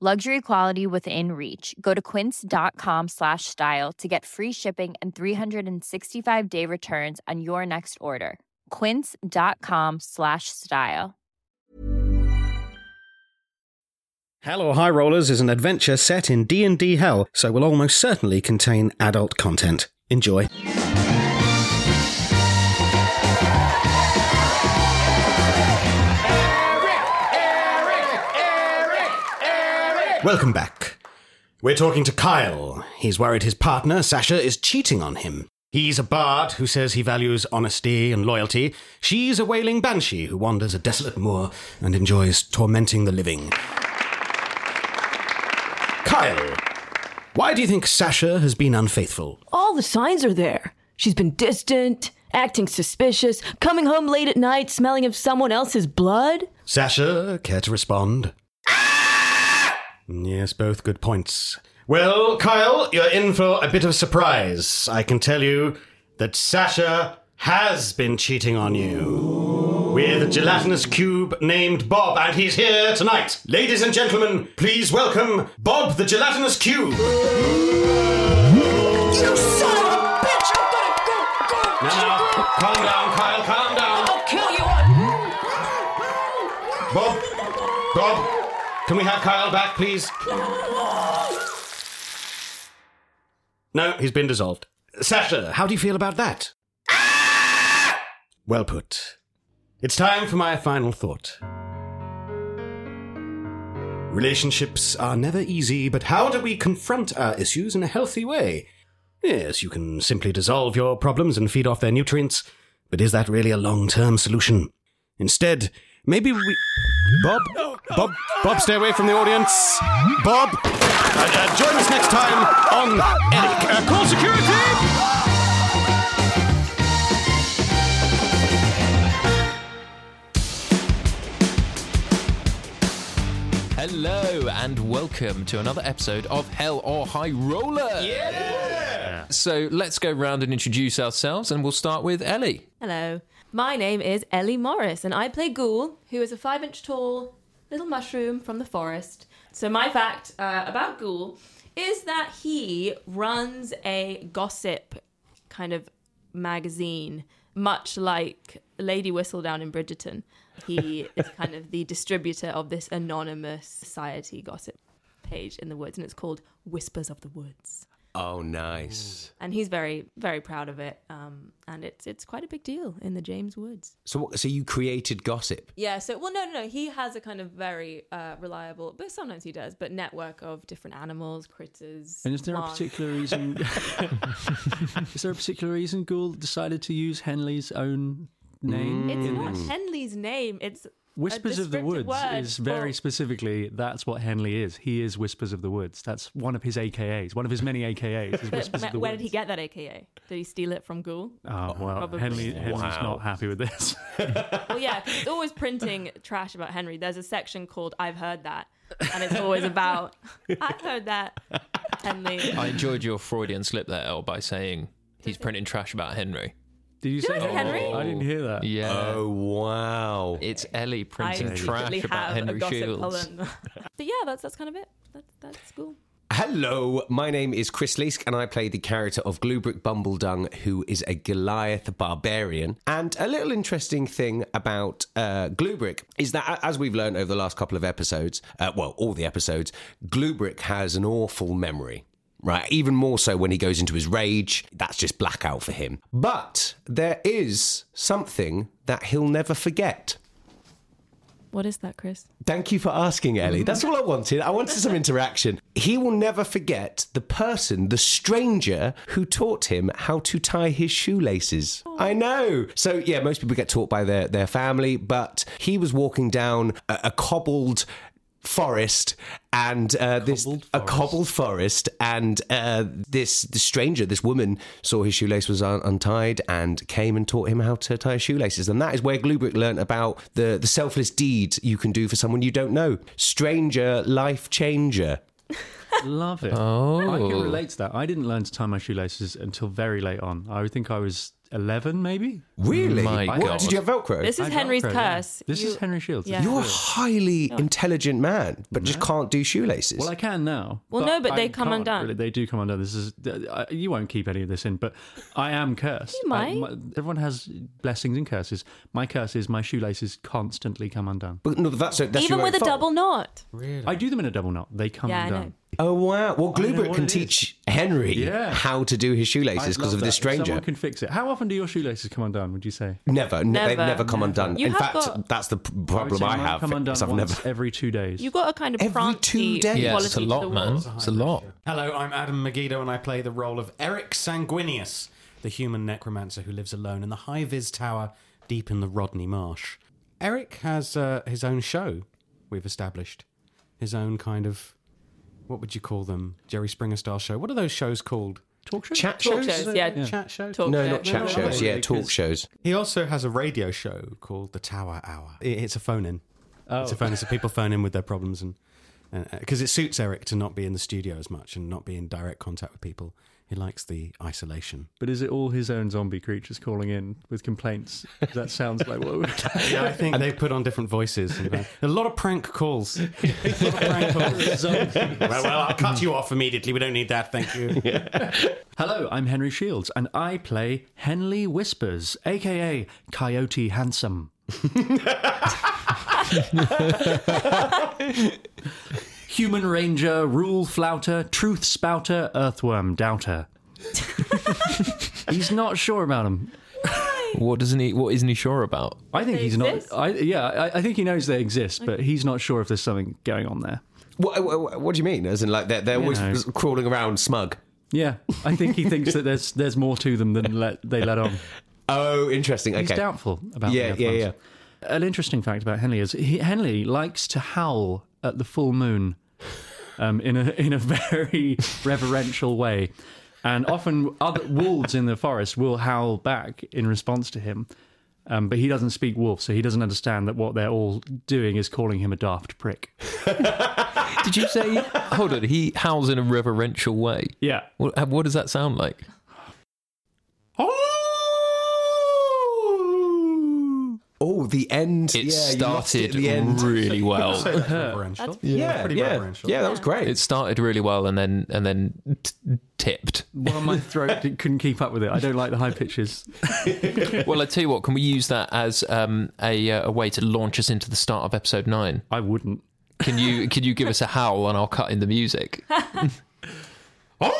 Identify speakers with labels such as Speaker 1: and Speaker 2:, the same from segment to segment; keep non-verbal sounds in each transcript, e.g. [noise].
Speaker 1: Luxury quality within reach. Go to quince.com slash style to get free shipping and 365 day returns on your next order. Quince.com slash style.
Speaker 2: Hello High Rollers is an adventure set in D&D hell, so will almost certainly contain adult content. Enjoy. Welcome back. We're talking to Kyle. He's worried his partner, Sasha, is cheating on him. He's a bard who says he values honesty and loyalty. She's a wailing banshee who wanders a desolate moor and enjoys tormenting the living. Kyle, why do you think Sasha has been unfaithful?
Speaker 3: All the signs are there. She's been distant, acting suspicious, coming home late at night smelling of someone else's blood.
Speaker 2: Sasha, care to respond? yes, both good points. Well, Kyle, you're in for a bit of surprise. I can tell you that Sasha has been cheating on you with a gelatinous cube named Bob, and he's here tonight. Ladies and gentlemen, please welcome Bob the Gelatinous Cube.
Speaker 3: You son of a bitch! I'm gonna go, go,
Speaker 2: No, no, calm down, Kyle, calm down.
Speaker 3: I'll kill you all.
Speaker 2: Bob, Bob, can we have Kyle back, please? No, he's been dissolved. Sasha, how do you feel about that? well put. It's time for my final thought. Relationships are never easy, but how do we confront our issues in a healthy way? Yes, you can simply dissolve your problems and feed off their nutrients, but is that really a long term solution? Instead, maybe we. Bob? Bob, Bob, stay away from the audience! Bob! Uh, uh, join us next time on Eric. Uh, call security!
Speaker 4: Hello and welcome to another episode of Hell or High Roller. Yeah. So let's go round and introduce ourselves, and we'll start with Ellie.
Speaker 5: Hello. My name is Ellie Morris, and I play Ghoul, who is a five inch tall little mushroom from the forest. So, my fact uh, about Ghoul is that he runs a gossip kind of magazine, much like Lady Whistledown in Bridgerton. He is kind of the distributor of this anonymous society gossip page in the woods, and it's called Whispers of the Woods
Speaker 6: Oh, nice.
Speaker 5: and he's very very proud of it um and it's it's quite a big deal in the james woods
Speaker 6: So, what, so you created gossip.
Speaker 5: yeah so well no no no he has a kind of very uh reliable but sometimes he does but network of different animals critters
Speaker 7: And is there a
Speaker 5: plants.
Speaker 7: particular
Speaker 5: [laughs]
Speaker 7: reason? [laughs] is there a particular reason Gould decided to use Henley's own name?
Speaker 5: Mm. it's not henley's name it's
Speaker 7: Whispers of the Woods
Speaker 5: descriptive word
Speaker 7: is very
Speaker 5: for-
Speaker 7: specifically that's what Henley is. He is Whispers of the Woods. That's one of his AKAs. One of his many AKAs
Speaker 5: [laughs]
Speaker 7: is Whispers of
Speaker 5: Where
Speaker 7: the
Speaker 5: where
Speaker 7: Woods.
Speaker 5: did he get that AKA? Did he steal it from Ghoul?
Speaker 7: Oh well,
Speaker 5: Probably.
Speaker 7: Henley Henley's
Speaker 6: Wow.
Speaker 7: not happy with this.
Speaker 5: Well, yeah, 'cause it's
Speaker 7: [laughs]
Speaker 5: always printing trash about Henry. There's a section called "I've heard that," and it's
Speaker 7: [laughs]
Speaker 5: always about "I've heard that." Henry.
Speaker 4: I enjoyed your Freudian slip there, El, by saying he's printing trash about Henry.
Speaker 7: Did you
Speaker 5: Did I
Speaker 7: say
Speaker 5: say Henry?
Speaker 7: [laughs] I didn't hear that.
Speaker 4: Yeah.
Speaker 6: Oh wow!
Speaker 4: It's Ellie
Speaker 5: I
Speaker 4: printing
Speaker 5: secretly
Speaker 4: trash about
Speaker 5: have a
Speaker 4: Henry
Speaker 5: gossip
Speaker 4: Shields.
Speaker 5: column.
Speaker 4: [laughs]
Speaker 5: but yeah, that's that's kind of it. That's that's cool.
Speaker 6: Hello, my name is Chris Leask, and I play the character of Gloobrick Bumbledung, who is a Goliath barbarian. And a little interesting thing about uh, Gloobrick is that, a- as we've learned over the last couple of episodes, uh, well, all the episodes, Gloobrick has an awful memory. Right, even more so when he goes into his rage. That's just blackout for him. But there is something that he'll never forget.
Speaker 5: What is that, Chris?
Speaker 6: Thank you for asking, Ellie. That's all I wanted. I wanted some interaction. He will never forget the person, the stranger, who taught him how to tie his shoelaces. I know. So, yeah, most people get taught by their, their family, but he was walking down a, a cobbled forest and uh, this a cobbled forest and uh, this the stranger this woman saw his shoelace was un- untied and came and taught him how to tie shoelaces and that is where Glubrick learnt about the the selfless deed you can do for someone you don't know stranger life changer
Speaker 7: [laughs] Love it.
Speaker 4: Oh.
Speaker 7: I can relate to that. I didn't learn to tie my shoelaces until very late on. I would think I was 11, maybe.
Speaker 6: really
Speaker 4: My
Speaker 6: what
Speaker 4: God.
Speaker 6: did you have velcro
Speaker 5: This is
Speaker 7: I got
Speaker 5: Henry's
Speaker 7: Velcro, yeah.
Speaker 5: curse.
Speaker 7: This
Speaker 5: You-
Speaker 7: is Henry Shields.
Speaker 5: Yeah.
Speaker 6: you're a highly intelligent man but just can't do shoelaces
Speaker 7: Well, I can now.
Speaker 5: Well, no, but they
Speaker 7: I
Speaker 5: come
Speaker 7: can't
Speaker 5: undone.
Speaker 7: really. They do come undone. This is uh, you won't keep any of this in, but I am cursed.
Speaker 5: You might.
Speaker 7: I- my- everyone has blessings and curses. My curse is my shoelaces constantly come undone.
Speaker 6: but no, that's, that's
Speaker 5: Even
Speaker 6: your own
Speaker 5: with a
Speaker 6: fault. [laughs]
Speaker 5: double knot.
Speaker 7: I do them in a double knot. They come
Speaker 5: Yeah, I know.
Speaker 7: undone.
Speaker 6: Oh wow! Well,
Speaker 7: I don't know
Speaker 6: Glubrick
Speaker 7: what
Speaker 6: can
Speaker 7: it
Speaker 6: teach Henry
Speaker 7: Yeah.
Speaker 6: how to do his
Speaker 7: I'd
Speaker 6: shoelaces because of this
Speaker 7: love that. If
Speaker 6: stranger.
Speaker 7: Someone can fix it. How often do your shoelaces come undone? Would you say?
Speaker 6: Never, n- they've
Speaker 5: Never.
Speaker 6: never come undone.
Speaker 5: You
Speaker 6: In
Speaker 5: have
Speaker 6: fact,
Speaker 5: got-
Speaker 6: that's the p- problem
Speaker 7: would say
Speaker 6: I,
Speaker 7: mine
Speaker 6: have.
Speaker 7: Come undone
Speaker 6: is I've
Speaker 7: once
Speaker 6: never.
Speaker 7: every two days.
Speaker 5: You've got a kind of
Speaker 6: Every two
Speaker 5: prancy
Speaker 6: days.
Speaker 4: Yeah,
Speaker 5: quality
Speaker 4: it's a
Speaker 5: to
Speaker 4: lot,
Speaker 5: the
Speaker 4: man.
Speaker 5: world.
Speaker 4: It's a lot.
Speaker 2: Hello, I'm Adam Megiddo, and I play the role of Eric Sanguinius, the human necromancer who lives alone in the high vis tower deep in the Rodney Marsh. Eric has uh, his own show, we've established. His own kind of. What would you call them? Jerry Springer style show. What are those shows called?
Speaker 7: Talk show.
Speaker 6: Chat
Speaker 5: Talk
Speaker 6: shows?
Speaker 5: shows, yeah.
Speaker 2: Chat shows?
Speaker 5: Talk
Speaker 6: No,
Speaker 5: show.
Speaker 6: not chat
Speaker 2: no,
Speaker 6: shows.
Speaker 2: no,
Speaker 6: Yeah,
Speaker 2: because-
Speaker 6: talk shows.
Speaker 2: He also has a radio show called The Tower Hour. I- It's a phone in. It's a phone in, so people phone in with their problems and. Because it suits Eric to not be in the studio as much and not be in direct contact with people. He likes the isolation.
Speaker 7: But is it all his own zombie creatures calling in with complaints? That sounds like what.
Speaker 2: [laughs]
Speaker 7: we-
Speaker 2: Yeah, I think they put on different voices. and
Speaker 7: [laughs]
Speaker 2: going, a lot of prank calls. A lot of prank calls. well, well, I'll cut you off immediately. We don't need that. Thank
Speaker 6: [laughs]
Speaker 2: you.
Speaker 7: Hello, I'm Henry Shields, and I play Henley Whispers, aka Coyote Handsome. Human Ranger, Rule Flouter, Truth Spouter, Earthworm Doubter. he's not sure about him.
Speaker 4: What doesn't he? What isn't he sure about?
Speaker 7: I think
Speaker 5: They
Speaker 7: he's
Speaker 5: exist?
Speaker 7: not. I, yeah, I, I think he knows they exist, but he's not sure if there's something going on there.
Speaker 6: What, what, what do you mean? As in, like they're, they're always
Speaker 7: know.
Speaker 6: crawling around smug.
Speaker 7: Yeah, I think he thinks that there's there's more to them than let, they let on.
Speaker 6: Oh, interesting. Okay.
Speaker 7: He's doubtful about
Speaker 6: Yeah,
Speaker 7: the
Speaker 6: yeah,
Speaker 7: Earthlings. An interesting fact about Henley is he, Henley likes to howl at the full moon um, in a in a [laughs] very reverential way, and often other wolves in the forest will howl back in response to him. Um, but he doesn't speak wolf, so he doesn't understand that what they're all doing is calling him a
Speaker 6: [laughs]
Speaker 7: daft prick.
Speaker 4: Did you say? hold on. He howls in a reverential way.
Speaker 7: Yeah,
Speaker 4: What, what does that sound like?
Speaker 6: Oh, the end.
Speaker 4: It
Speaker 6: yeah, you lost
Speaker 4: started
Speaker 6: it at the end. [laughs]
Speaker 4: really
Speaker 7: [laughs]
Speaker 4: well.
Speaker 2: So
Speaker 4: [laughs]
Speaker 2: that's reverential.
Speaker 6: yeah,
Speaker 2: pretty
Speaker 6: yeah,
Speaker 2: reverential.
Speaker 6: yeah, that was great.
Speaker 4: It started really well and then and then t- tipped.
Speaker 7: well, my [laughs] throat couldn't keep up with it. I don't like the high pitches.
Speaker 4: [laughs] Well, I tell you what. Can we use that as um, a uh, a way to launch us into the start of episode nine?
Speaker 7: I wouldn't.
Speaker 4: Can you can you give us a howl and I'll cut in the music? [laughs]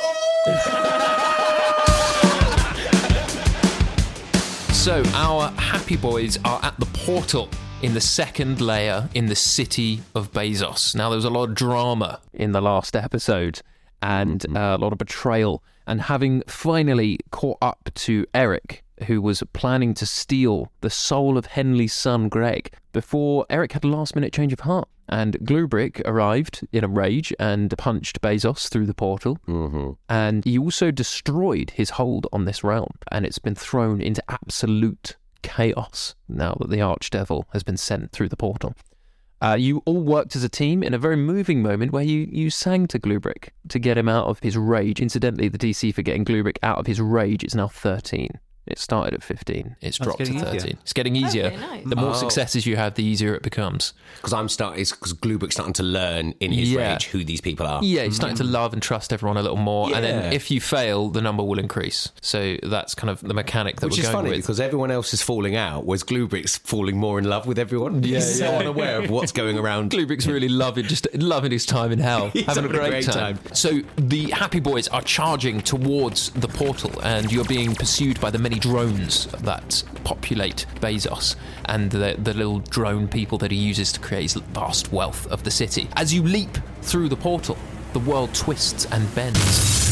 Speaker 4: So, our happy boys are at the portal in the second layer in the city of Bezos. Now, there was a lot of drama in the last episode and uh, a lot of betrayal. And having finally caught up to Eric who was planning to steal the soul of Henley's son Greg before Eric had a last minute change of heart. And Glubrick arrived in a rage and punched Bezos through the portal. Mm-hmm. And he also destroyed his hold on this realm. And it's been thrown into absolute chaos now that the Archdevil has been sent through the portal. Uh, you all worked as a team in a very moving moment where you, you sang to Glubrick to get him out of his rage. Incidentally, the DC for getting Glubrick out of his rage is now 13. It started at 15. It's
Speaker 8: Oh, it's
Speaker 4: dropped to
Speaker 8: getting
Speaker 4: 13.
Speaker 8: easier. It's getting easier. Okay, nice. The more successes
Speaker 4: you have, the easier it becomes.
Speaker 6: Because Oh. I'm starting, because Glubrick's starting to learn in his
Speaker 8: Yeah.
Speaker 6: rage who these people are. Mm.
Speaker 4: Yeah, you're starting to love and trust everyone a little more. And
Speaker 6: Yeah.
Speaker 4: then if you fail, the number will increase. So that's kind of the mechanic that
Speaker 6: Which
Speaker 4: we're
Speaker 6: is
Speaker 4: going
Speaker 6: funny
Speaker 4: with.
Speaker 6: because everyone else is falling out, whereas Glubrick's falling more in love with everyone.
Speaker 4: Yeah,
Speaker 6: He's
Speaker 4: yeah.
Speaker 6: so unaware of what's going around.
Speaker 4: Glubrick's really loving, just loving his time in hell,
Speaker 6: [laughs] He's
Speaker 4: having a great, time. So the Happy Boys are charging towards the portal, and you're being pursued by the many drones that populate Bezos and the, the little drone people that he uses to create his vast wealth of the city. As you leap through the portal, the world twists and bends.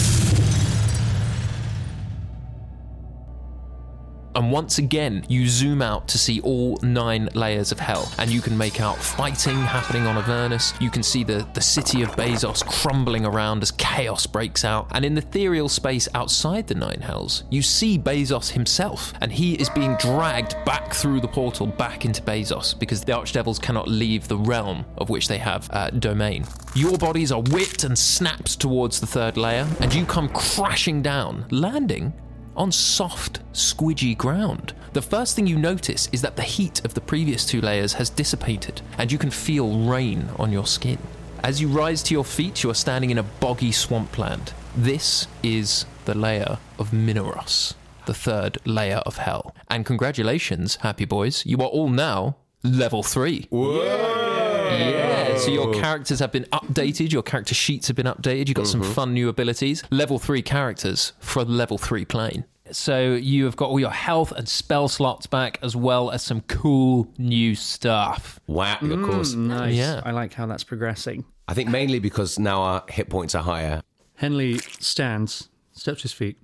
Speaker 4: And once again, you zoom out to see all nine layers of hell, and you can make out fighting happening on Avernus. You can see the, the city of Bezos crumbling around as chaos breaks out. And in the ethereal space outside the nine hells, you see Bezos himself, and he is being dragged back through the portal back into Bezos because the Archdevils cannot leave the realm of which they have uh, domain. Your bodies are whipped and snapped towards the third layer, and you come crashing down, landing on soft, squidgy ground. The first thing you notice is that the heat of the previous two layers has dissipated, and you can feel rain on your skin. As you rise to your feet, you are standing in a boggy swampland. This is the layer of Minoros, the third layer of hell. And congratulations, happy boys, you are all now level three. Yeah, so your characters have been updated, your character sheets have been updated, you've got some
Speaker 8: Mhm.
Speaker 4: fun new abilities. Level 3 characters for the level 3 plane.
Speaker 8: So you have got all your health and spell slots back, as well as some cool new stuff.
Speaker 6: Wow, of course.
Speaker 7: Mm, nice.
Speaker 6: Yeah.
Speaker 7: I like how that's progressing.
Speaker 6: I think mainly because now our hit points are higher.
Speaker 7: Henley stands, steps to his feet.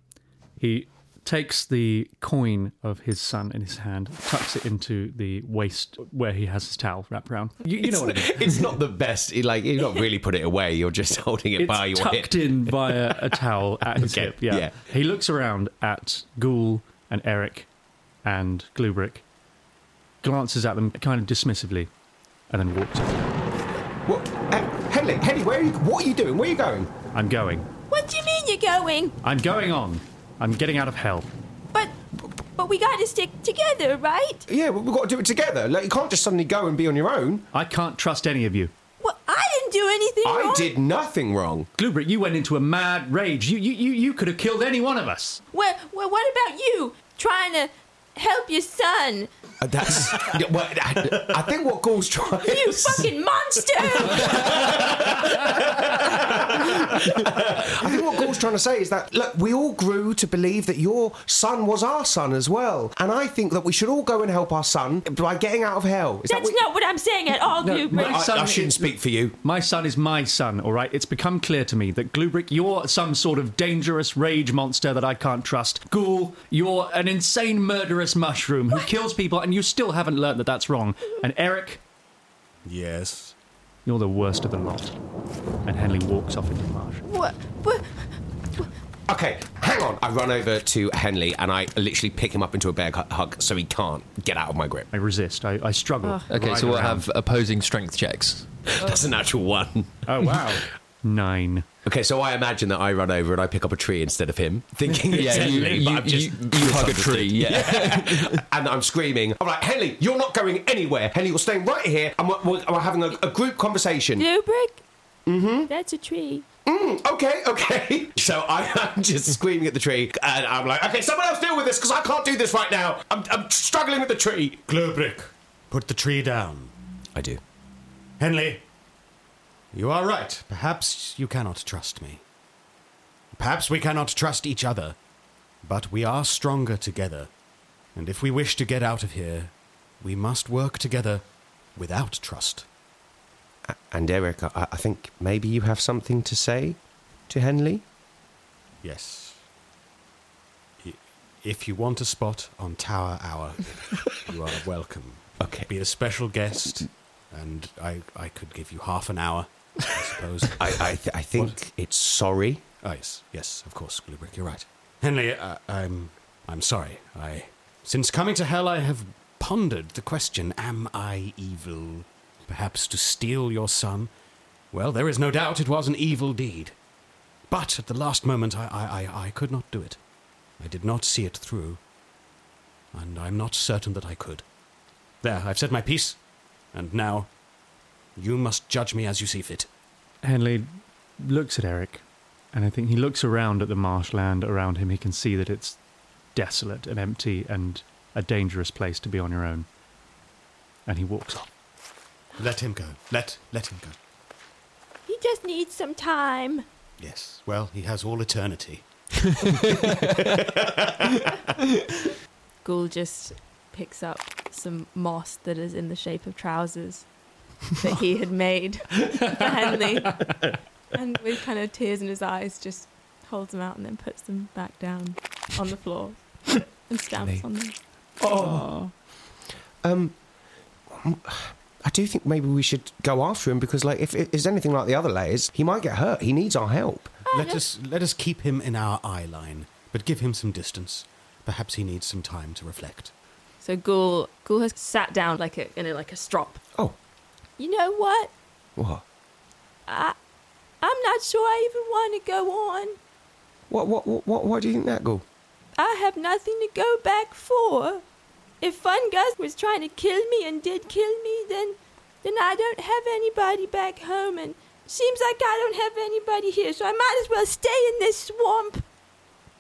Speaker 7: He takes the coin of his son in his hand, tucks it into the waist where he has his towel wrapped around. You, you know what I mean.
Speaker 6: [laughs] It's not the best. You, Like you've not really put it away. You're just [laughs] holding it
Speaker 7: It's
Speaker 6: by your
Speaker 7: tucked
Speaker 6: hip.
Speaker 7: in via a towel at his hip. Yeah.
Speaker 6: yeah.
Speaker 7: He looks around at Ghoul and Eric and Glubrick, glances at them kind of dismissively, and then walks off.
Speaker 6: What? Henley, Henley, where are you? What are you doing? Where are you going?
Speaker 7: I'm going.
Speaker 5: What do you mean you're going?
Speaker 7: I'm going on. I'm getting out of hell.
Speaker 5: But we got to stick together, right?
Speaker 6: Yeah, well, we've got to do it together. Like, you can't just suddenly go and be on your own.
Speaker 7: I can't trust any of you.
Speaker 5: I didn't do anything
Speaker 6: I
Speaker 5: wrong.
Speaker 6: did nothing wrong.
Speaker 7: Glubrick, you went into a mad rage. You, you, you, you could have killed any one of us.
Speaker 5: Well, well, what about you trying to help your son?
Speaker 6: Uh, That's. yeah, well, I, I think what Ghoul's trying.
Speaker 5: You fucking
Speaker 6: [laughs]
Speaker 5: monster!
Speaker 6: I think what Gord's trying to say is that look, we all grew to believe that your son was our son as well, and I think that we should all go and help our son by getting out of hell. Is that
Speaker 5: That's
Speaker 6: what-
Speaker 5: not what I'm saying at all,
Speaker 7: No,
Speaker 5: Glubrick.
Speaker 7: my son-
Speaker 6: for you.
Speaker 7: My son is my son, all right? It's become clear to me that Glubrick, you're some sort of dangerous rage monster that I can't trust. Ghoul, you're an insane murderous mushroom who kills people, and you still haven't learned that that's wrong. And Eric. Yes. You're the worst of the lot. And Henley walks off into the marsh.
Speaker 5: What?
Speaker 6: Okay, hang on. I run over to Henley and I literally pick him up into a bear hu- hug so he can't get out of my grip.
Speaker 7: I resist. I, I struggle.
Speaker 6: Ah.
Speaker 4: Okay,
Speaker 7: Right
Speaker 4: so we'll
Speaker 7: around.
Speaker 4: have opposing strength checks.
Speaker 6: [laughs] That's a natural one. [laughs]
Speaker 7: Oh, wow. Nine.
Speaker 6: Okay, so I imagine that I run over and I pick up a tree instead of him, thinking [laughs] it's
Speaker 4: Yeah, you-
Speaker 6: Henley, but
Speaker 4: you-
Speaker 6: I've just
Speaker 4: you- you hug a
Speaker 6: misunderstood.
Speaker 4: tree,
Speaker 6: [laughs]
Speaker 4: yeah.
Speaker 6: and I'm screaming, I'm like, Henley, you're not going anywhere. Henley, you're staying right here and we're, we're, we're having a, a group conversation.
Speaker 5: Glubrick? Mm-hmm. That's a tree.
Speaker 6: Mm, okay, okay. So I, [laughs] I'm just screaming at the tree, and I'm like, okay, someone else deal with this because I can't do this right now. I'm, I'm struggling with the tree.
Speaker 2: Glubrick, put the tree down.
Speaker 6: I do.
Speaker 2: Henley, you are right. Perhaps you cannot trust me. Perhaps we cannot trust each other. But we are stronger together. And if we wish to get out of here, we must work together without trust.
Speaker 6: And Eric, I, I think maybe you have something to say to Henley.
Speaker 2: Yes. Y- If you want a spot on Tower Hour,
Speaker 6: [laughs]
Speaker 2: you are welcome.
Speaker 6: Okay.
Speaker 2: Be a special guest, and I, I could give you half an hour, I suppose.
Speaker 6: [laughs] I, I, th- I think it's sorry.
Speaker 2: Oh, yes, yes, of course, Glubrick, you're right. Henley, uh, I'm, I'm sorry. I, since coming to hell, I have pondered the question: Am I evil? Perhaps to steal your son? Well, there is no doubt it was an evil deed. But at the last moment, I, I, I, I could not do it. I did not see it through, and I'm not certain that I could. There, I've said my piece, and now, you must judge me as you see fit.
Speaker 7: Henley looks at Eric, and I think he looks around at the marshland around him. He can see that it's desolate and empty and a dangerous place to be on your own. And he walks off.
Speaker 2: Let him go. Let let him go.
Speaker 3: He just needs some time.
Speaker 2: Yes. Well, he has all eternity.
Speaker 5: Ghoul just picks up some moss that is in the shape of trousers that he had made for Henley. And with kind of tears in his eyes, just holds them out and then puts them back down on the floor and stamps
Speaker 6: Henley.
Speaker 5: on them.
Speaker 6: Oh. Um, I do think maybe we should go after him because, like, if it is anything like the other layers, he might get hurt. He needs our help.
Speaker 3: Oh,
Speaker 2: let us let us keep him in our eye line, but give him some distance. Perhaps he needs some time to reflect.
Speaker 5: So Ghoul, Ghoul has sat down like a, in a, like a strop.
Speaker 6: Oh.
Speaker 3: You know what?
Speaker 6: What?
Speaker 3: I, I'm not sure I even want to go on.
Speaker 6: What? What? What? What? Why do you think that, Ghoul?
Speaker 3: I have nothing to go back for. If Fungus was trying to kill me and did kill me, then then I don't have anybody back home and seems like I don't have anybody here, so I might as well stay in this swamp.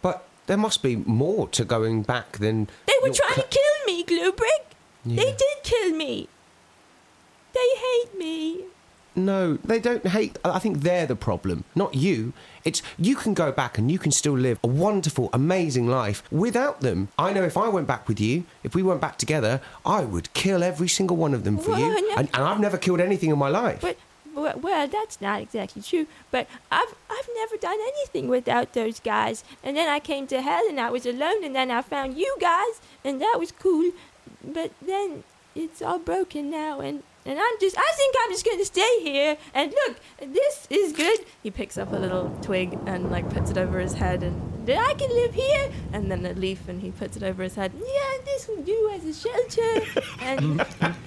Speaker 6: But there must be more to going back than
Speaker 3: They were
Speaker 6: your
Speaker 3: trying
Speaker 6: cl-
Speaker 3: to kill me, Glubrick. They
Speaker 6: Yeah.
Speaker 3: did kill me. They hate me.
Speaker 6: No, they don't hate. I think they're the problem, not you. It's you can go back and you can still live a wonderful, amazing life without them. I know if I went back with you, if we went back together, I would kill every single one of them for
Speaker 3: Well,
Speaker 6: you.
Speaker 3: yeah.
Speaker 6: And, and I've never killed anything in my life.
Speaker 3: But well, well, that's not exactly true. But I've I've never done anything without those guys. And then I came to hell and I was alone. And then I found you guys, and that was cool. But then it's all broken now, and and I'm just I think I'm just gonna stay here. And look, this is good.
Speaker 5: He picks up a little twig and like puts it over his head and then I can live here and then a leaf and he puts it over his head.
Speaker 3: Yeah, this will do as a
Speaker 7: [laughs]
Speaker 3: shelter. and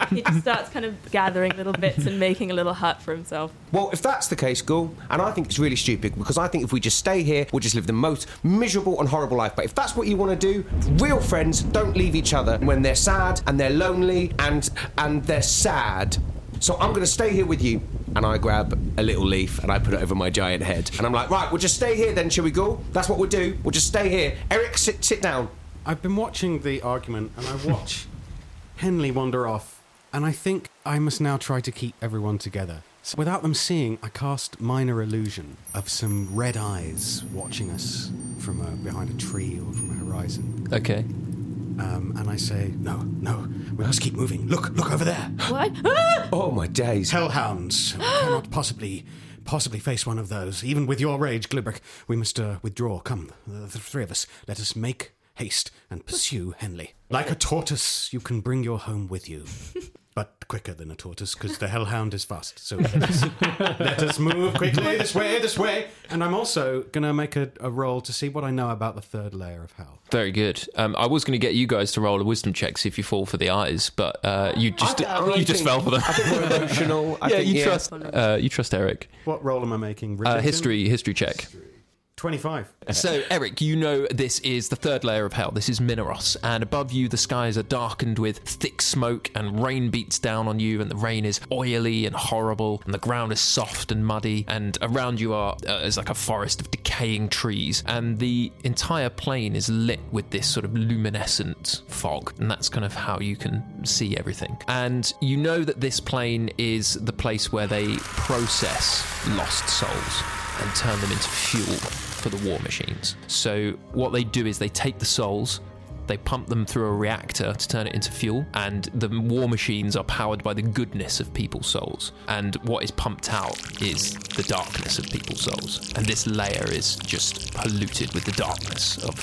Speaker 5: He just starts kind of gathering little bits and making a little hut for himself.
Speaker 6: Well, if that's the case, Ghoul, and I think it's really stupid because I think if we just stay here, we'll just live the most miserable and horrible life. But if that's what you want to do, real friends don't leave each other when they're sad and they're lonely and and they're sad. So I'm going to stay here with you. And I grab a little leaf and I put it over my giant head. And I'm like, right, we'll just stay here then, shall we, Ghoul? That's what we'll do. We'll just stay here. Eric, sit sit down.
Speaker 2: I've been watching the argument, and I
Speaker 6: [laughs]
Speaker 2: watch Henley wander off, and I think I must now try to keep everyone together. So without them seeing, I cast minor illusion of some red eyes watching us from uh behind a tree or from a horizon.
Speaker 4: Okay.
Speaker 2: Um, and I say, no, no, we must keep moving. Look, look over there.
Speaker 3: What?
Speaker 2: [gasps]
Speaker 6: Oh my days!
Speaker 2: Hellhounds. [gasps] We cannot possibly, possibly face one of those. Even with your rage, Glibrick, we must uh, withdraw. Come, the, the three of us. Let us make haste and pursue Henley. Like a tortoise, you can bring your home with you. But quicker than a tortoise, because the hellhound is fast. So let us, let us move quickly this way, this way. And I'm also going to make a, a roll to see what I know about the third layer of hell.
Speaker 4: Very good. Um, I was going to get you guys to roll a wisdom check, see if you fall for the eyes, but uh, you just [laughs]
Speaker 6: I
Speaker 4: you
Speaker 6: think-
Speaker 4: just fell for them.
Speaker 6: I think we're emotional.
Speaker 4: [laughs]
Speaker 6: I
Speaker 4: yeah,
Speaker 6: think-
Speaker 4: you
Speaker 6: yeah.
Speaker 4: trust. Uh, you trust Eric.
Speaker 2: What roll am I making?
Speaker 4: Uh,
Speaker 2: Religion?
Speaker 4: history, history check.
Speaker 2: 25.
Speaker 4: [laughs] So, Eric, you know this is the third layer of hell. This is Mineros, and above you, the skies are darkened with thick smoke, and rain beats down on you, and the rain is oily and horrible, and the ground is soft and muddy, and around you are uh, is like a forest of decaying trees, and the entire plane is lit with this sort of luminescent fog, and that's kind of how you can see everything. And you know that this plane is the place where they process lost souls and turn them into fuel for the war machines. So what they do is they take the souls, they pump them through a reactor to turn it into fuel, and the war machines are powered by the goodness of people's souls. And what is pumped out is the darkness of people's souls. And this layer is just polluted with the darkness of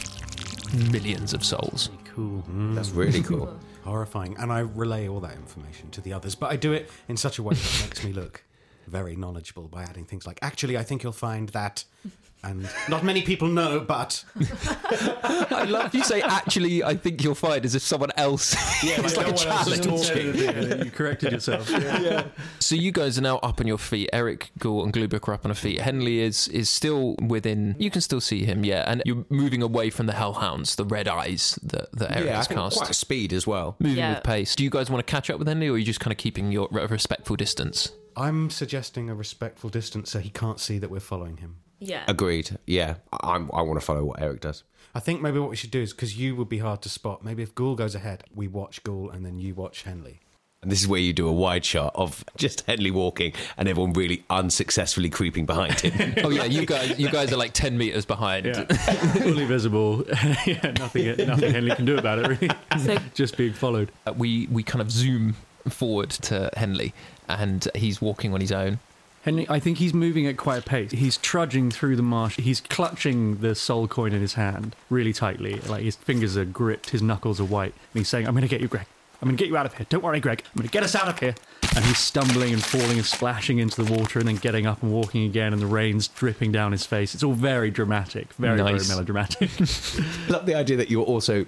Speaker 4: millions of souls.
Speaker 2: Cool.
Speaker 4: Mm.
Speaker 6: That's really cool.
Speaker 2: [laughs] Horrifying. And I relay all that information to the others, but I do it in such a way that makes me look very knowledgeable by adding things like, actually, I think you'll find that. And not many people know, but.
Speaker 4: [laughs] I love you say, actually, I think you'll find as if someone else. [laughs]
Speaker 2: Yeah,
Speaker 4: it's
Speaker 2: like
Speaker 4: like a
Speaker 2: no one else is
Speaker 4: challenge.
Speaker 2: talking. Yeah, [laughs] yeah, yeah.
Speaker 7: You corrected yourself.
Speaker 4: So you guys are now up on your feet. Eric, Gaul, and Glubeck are up on her feet. Henley is is still within. You can still see him, yeah. And you're moving away from the Hellhounds, the red eyes that, that Eric
Speaker 6: Yeah, I
Speaker 4: has
Speaker 6: think
Speaker 4: cast.
Speaker 6: quite speed as well.
Speaker 4: Moving
Speaker 6: Yeah.
Speaker 4: with pace. Do you guys want to catch up with Henley, or are you just kind of keeping your re- respectful distance?
Speaker 2: I'm suggesting a respectful distance so he can't see that we're following him.
Speaker 5: Yeah.
Speaker 6: Agreed. Yeah, I, I'm- I want to follow what Eric does.
Speaker 2: I think maybe what we should do is because you would be hard to spot. Maybe if Ghoul goes ahead, we watch Ghoul and then you watch Henley.
Speaker 6: And this is where you do a wide shot of just Henley walking and everyone really unsuccessfully creeping behind him.
Speaker 4: oh yeah, you guys, you guys are like ten meters behind.
Speaker 7: Fully visible. [laughs] yeah, nothing, nothing Henley can do about it, really. Just being followed.
Speaker 4: Uh, we we kind of zoom forward to Henley, and he's walking on his own.
Speaker 7: Henry, I think he's moving at quite a pace. He's trudging through the marsh. He's clutching the soul coin in his hand really tightly. Like his fingers are gripped, his knuckles are white. And he's saying, I'm going to get you, Greg. I'm going to get you out of here. Don't worry, Greg. I'm going to get us out of here. And he's stumbling and falling and splashing into the water and then getting up and walking again and the rain's dripping down his face. It's all very dramatic, very,
Speaker 6: Nice. [laughs]
Speaker 7: very melodramatic.
Speaker 6: Love the idea that you're also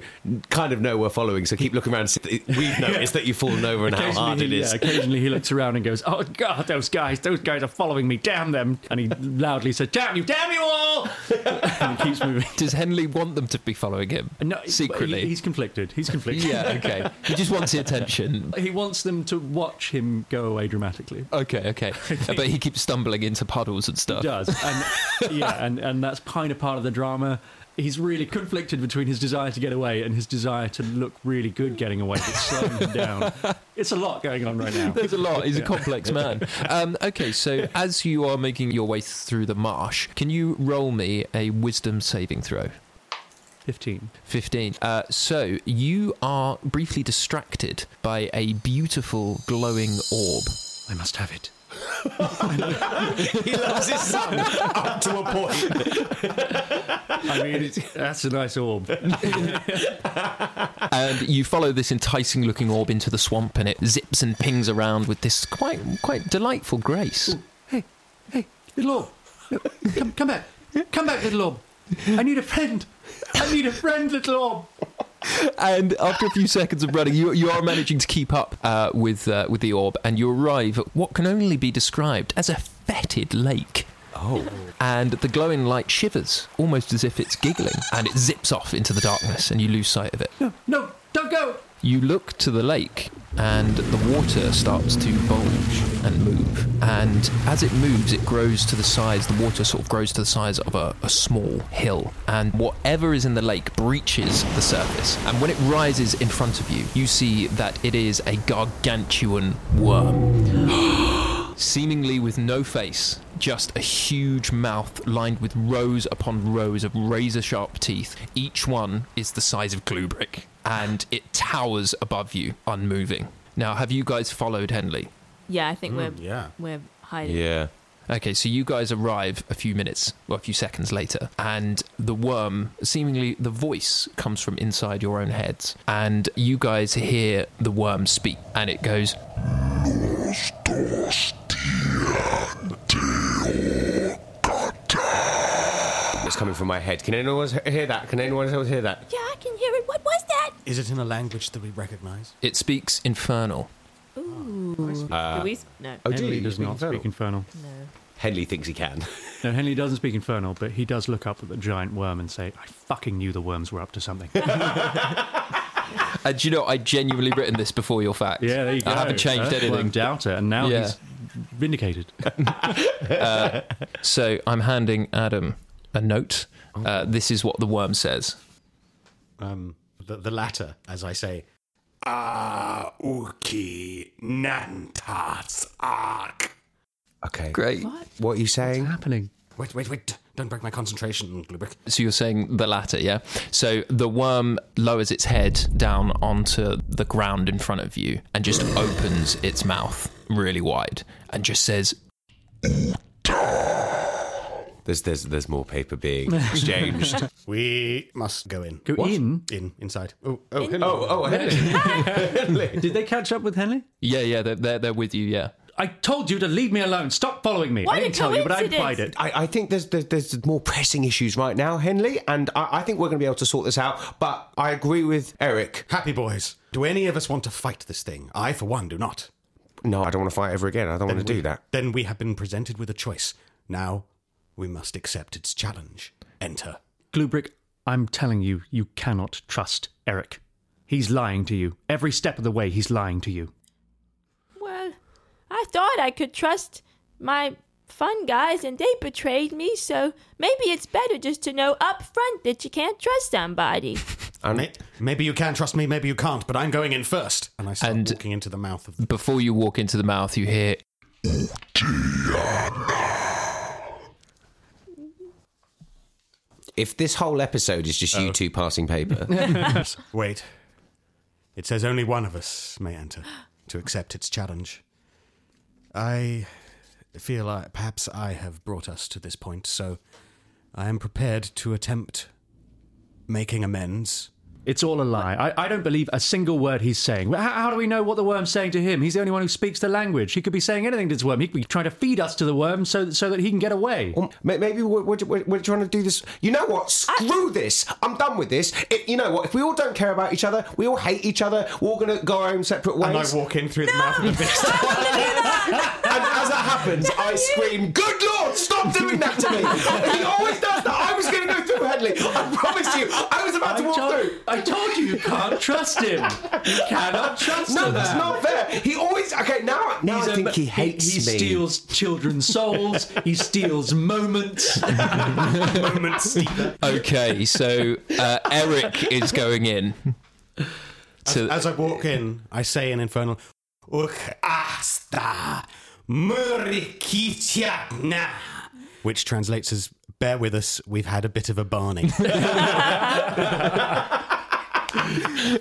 Speaker 6: kind of know we're following, so keep looking around. and see that
Speaker 7: [laughs]
Speaker 6: We've noticed that you've fallen over and how
Speaker 7: Occasionally
Speaker 6: hard
Speaker 7: he,
Speaker 6: it is.
Speaker 7: yeah, occasionally he looks around and goes, "Oh God, those guys! Those guys are following me! Damn them!" And he loudly says, "Damn you! Damn you all!" and he keeps moving.
Speaker 4: Does Henley want them to be following him
Speaker 7: no,
Speaker 4: secretly?
Speaker 7: he- he's conflicted. He's conflicted. [laughs]
Speaker 4: Yeah, okay. He just wants the attention. Oh.
Speaker 7: He wants them to watch him go away dramatically.
Speaker 4: Okay,
Speaker 7: [laughs]
Speaker 4: okay. but he keeps stumbling into puddles and stuff.
Speaker 7: He does, and yeah, and and that's kind of part of the drama. He's really conflicted between his desire to get away and his desire to look really good getting away, but slowing
Speaker 4: [laughs]
Speaker 7: him down. It's a lot going on right now.
Speaker 4: There's a lot. He's a
Speaker 7: Yeah.
Speaker 4: complex man. Um, okay, so as you are making your way through the marsh, can you roll me a wisdom saving throw?
Speaker 7: 15.
Speaker 4: 15. Uh, so you are briefly distracted by a beautiful glowing orb.
Speaker 7: [laughs] I must have [laughs] it.
Speaker 6: he loves his son up to a point.
Speaker 7: I mean, that's a nice orb.
Speaker 4: and you follow this enticing looking orb into the swamp and it zips and pings around with this quite quite delightful grace.
Speaker 7: Hey, little orb, look, come, come back. Come back, little orb. I need a friend. I need a friend, little orb.
Speaker 4: and after a few seconds of running, you, you are managing to keep up uh, with uh, with the orb, and you arrive at what can only be described as a fetid lake.
Speaker 6: Oh.
Speaker 4: And the glowing light shivers, almost as if it's giggling, and it zips off into the darkness, and you lose sight of it.
Speaker 7: No, don't go.
Speaker 4: You look to the lake, and the water starts to bulge and move. And as it moves, it grows to the size, the water sort of grows to the size of a, a small hill. And whatever is in the lake breaches the surface. And when it rises in front of you, you see that it is a gargantuan worm. [gasps] Seemingly with no face, just a huge mouth lined with rows upon rows of razor sharp teeth. Each one is the size of Glubrick, and it towers above you, unmoving. Now, have you guys followed Henley?
Speaker 5: Yeah, I think
Speaker 4: Mm,
Speaker 5: we're
Speaker 4: yeah.
Speaker 5: we're hiding.
Speaker 4: Okay, so you guys arrive a few minutes, or a few seconds later, and the worm, seemingly the voice, comes from inside your own heads, and you guys hear the worm speak, and it goes,
Speaker 6: It's coming from my head. Can anyone else hear that? Can anyone else hear that?
Speaker 3: Yeah, I can hear it. What was that?
Speaker 2: Is it in a language that we recognize?
Speaker 4: It speaks infernal.
Speaker 5: Ooh.
Speaker 6: Uh,
Speaker 5: do Oh, we? s- No.
Speaker 6: Oh, do
Speaker 7: Henley
Speaker 6: you
Speaker 7: does
Speaker 6: speak
Speaker 7: not
Speaker 6: Infernal?
Speaker 7: speak Infernal.
Speaker 6: Henley thinks he can.
Speaker 7: [laughs] No, Henley doesn't speak Infernal, but he does look up at the giant worm and say, I fucking knew the worms were up
Speaker 4: [laughs]
Speaker 7: to something.
Speaker 4: And Uh, do you know, I genuinely written this before your fact.
Speaker 7: Yeah, there you
Speaker 4: I
Speaker 7: go.
Speaker 4: haven't changed
Speaker 7: Earthworm
Speaker 4: anything.
Speaker 7: doubter, and now
Speaker 4: Yeah.
Speaker 7: he's vindicated.
Speaker 4: [laughs] Uh, so I'm handing Adam a note.
Speaker 7: Oh.
Speaker 4: Uh, this is what the worm says.
Speaker 2: Um, the, the latter, as I say. Ah, uki nantas ark.
Speaker 6: Okay.
Speaker 4: Great.
Speaker 6: What, are you saying? What's
Speaker 7: happening?
Speaker 2: Wait, wait, wait. Don't break my concentration,
Speaker 7: [laughs]
Speaker 2: Glubrick.
Speaker 4: So you're saying the latter, yeah? So the worm lowers its head down onto the ground in front of you and
Speaker 7: [laughs]
Speaker 4: just opens its mouth really wide and just says,
Speaker 6: There's there's there's more paper
Speaker 2: [laughs]
Speaker 6: being exchanged.
Speaker 2: we must go in.
Speaker 7: Go in?
Speaker 2: In, inside. Oh, oh,
Speaker 6: In-
Speaker 2: Henley.
Speaker 6: Oh, oh,
Speaker 7: Did they catch up with Henley?
Speaker 4: Yeah, yeah, they're, they're, they're with you, yeah.
Speaker 7: I told you to leave me alone. Stop following me. I didn't tell you, but I implied it.
Speaker 6: I, I think there's, there's there's more pressing issues right now, Henley, and I, I think we're going to be able to sort this out. But [laughs] I agree with Eric.
Speaker 2: Happy boys. Do any of us want to fight this thing? I, for one, do not.
Speaker 6: No, I don't want to fight ever again. I don't want to do that.
Speaker 2: Then we have been presented with a choice. Now, we must accept its challenge. Enter.
Speaker 7: Glubrick, I'm telling you, you cannot trust Eric. He's lying to you. Every step of the way, he's lying to you.
Speaker 3: Well, I thought I could trust my fun guys and they betrayed me, so maybe it's better just to know up front that you can't
Speaker 6: [laughs]
Speaker 3: trust somebody.
Speaker 2: May- maybe you can trust me, maybe you can't, but I'm going in first. And I start walking into the
Speaker 4: [laughs]
Speaker 2: mouth of.
Speaker 4: Before you walk into the mouth, you hear.
Speaker 6: If this whole episode is just you two passing [laughs] paper,
Speaker 2: Wait. It says only one of us may enter to accept its challenge. I feel I, perhaps I have brought us to this point, so I am prepared to attempt making amends.
Speaker 7: It's all a lie. I, I don't believe a single word he's saying. Well, How, how do we know what the worm's saying to him? He's the only one who speaks the language. He could be saying anything to this worm. He could be trying to feed us to the worm so, so that he can get away.
Speaker 6: Or Oh, may- maybe we're, we're, we're we're trying to do this. You know what? Screw this. I'm done with this. If, you know what? If we all don't care about each other, we all hate each other. We're all going to go our own separate ways.
Speaker 2: And I walk in through the mouth of the beast.
Speaker 6: And as that happens, I scream, Good Lord, stop doing that to me! he always does that! I was going to go through Headley! I promise you! I was about to walk through!
Speaker 7: I told you you can't trust him! You cannot trust
Speaker 6: No,
Speaker 7: him!
Speaker 6: that's not fair! He always. Okay, now, now
Speaker 7: He's
Speaker 6: I
Speaker 7: a-
Speaker 6: think he hates
Speaker 7: he,
Speaker 6: me.
Speaker 7: He steals children's
Speaker 6: [laughs]
Speaker 7: souls. he steals moments. moments.
Speaker 4: Okay, so uh, Eric is going in.
Speaker 2: As, as I walk in, I say in infernal, Uk asta murikitiatna," which translates as "Bear with us, we've had a bit of
Speaker 4: [laughs]
Speaker 2: a barney."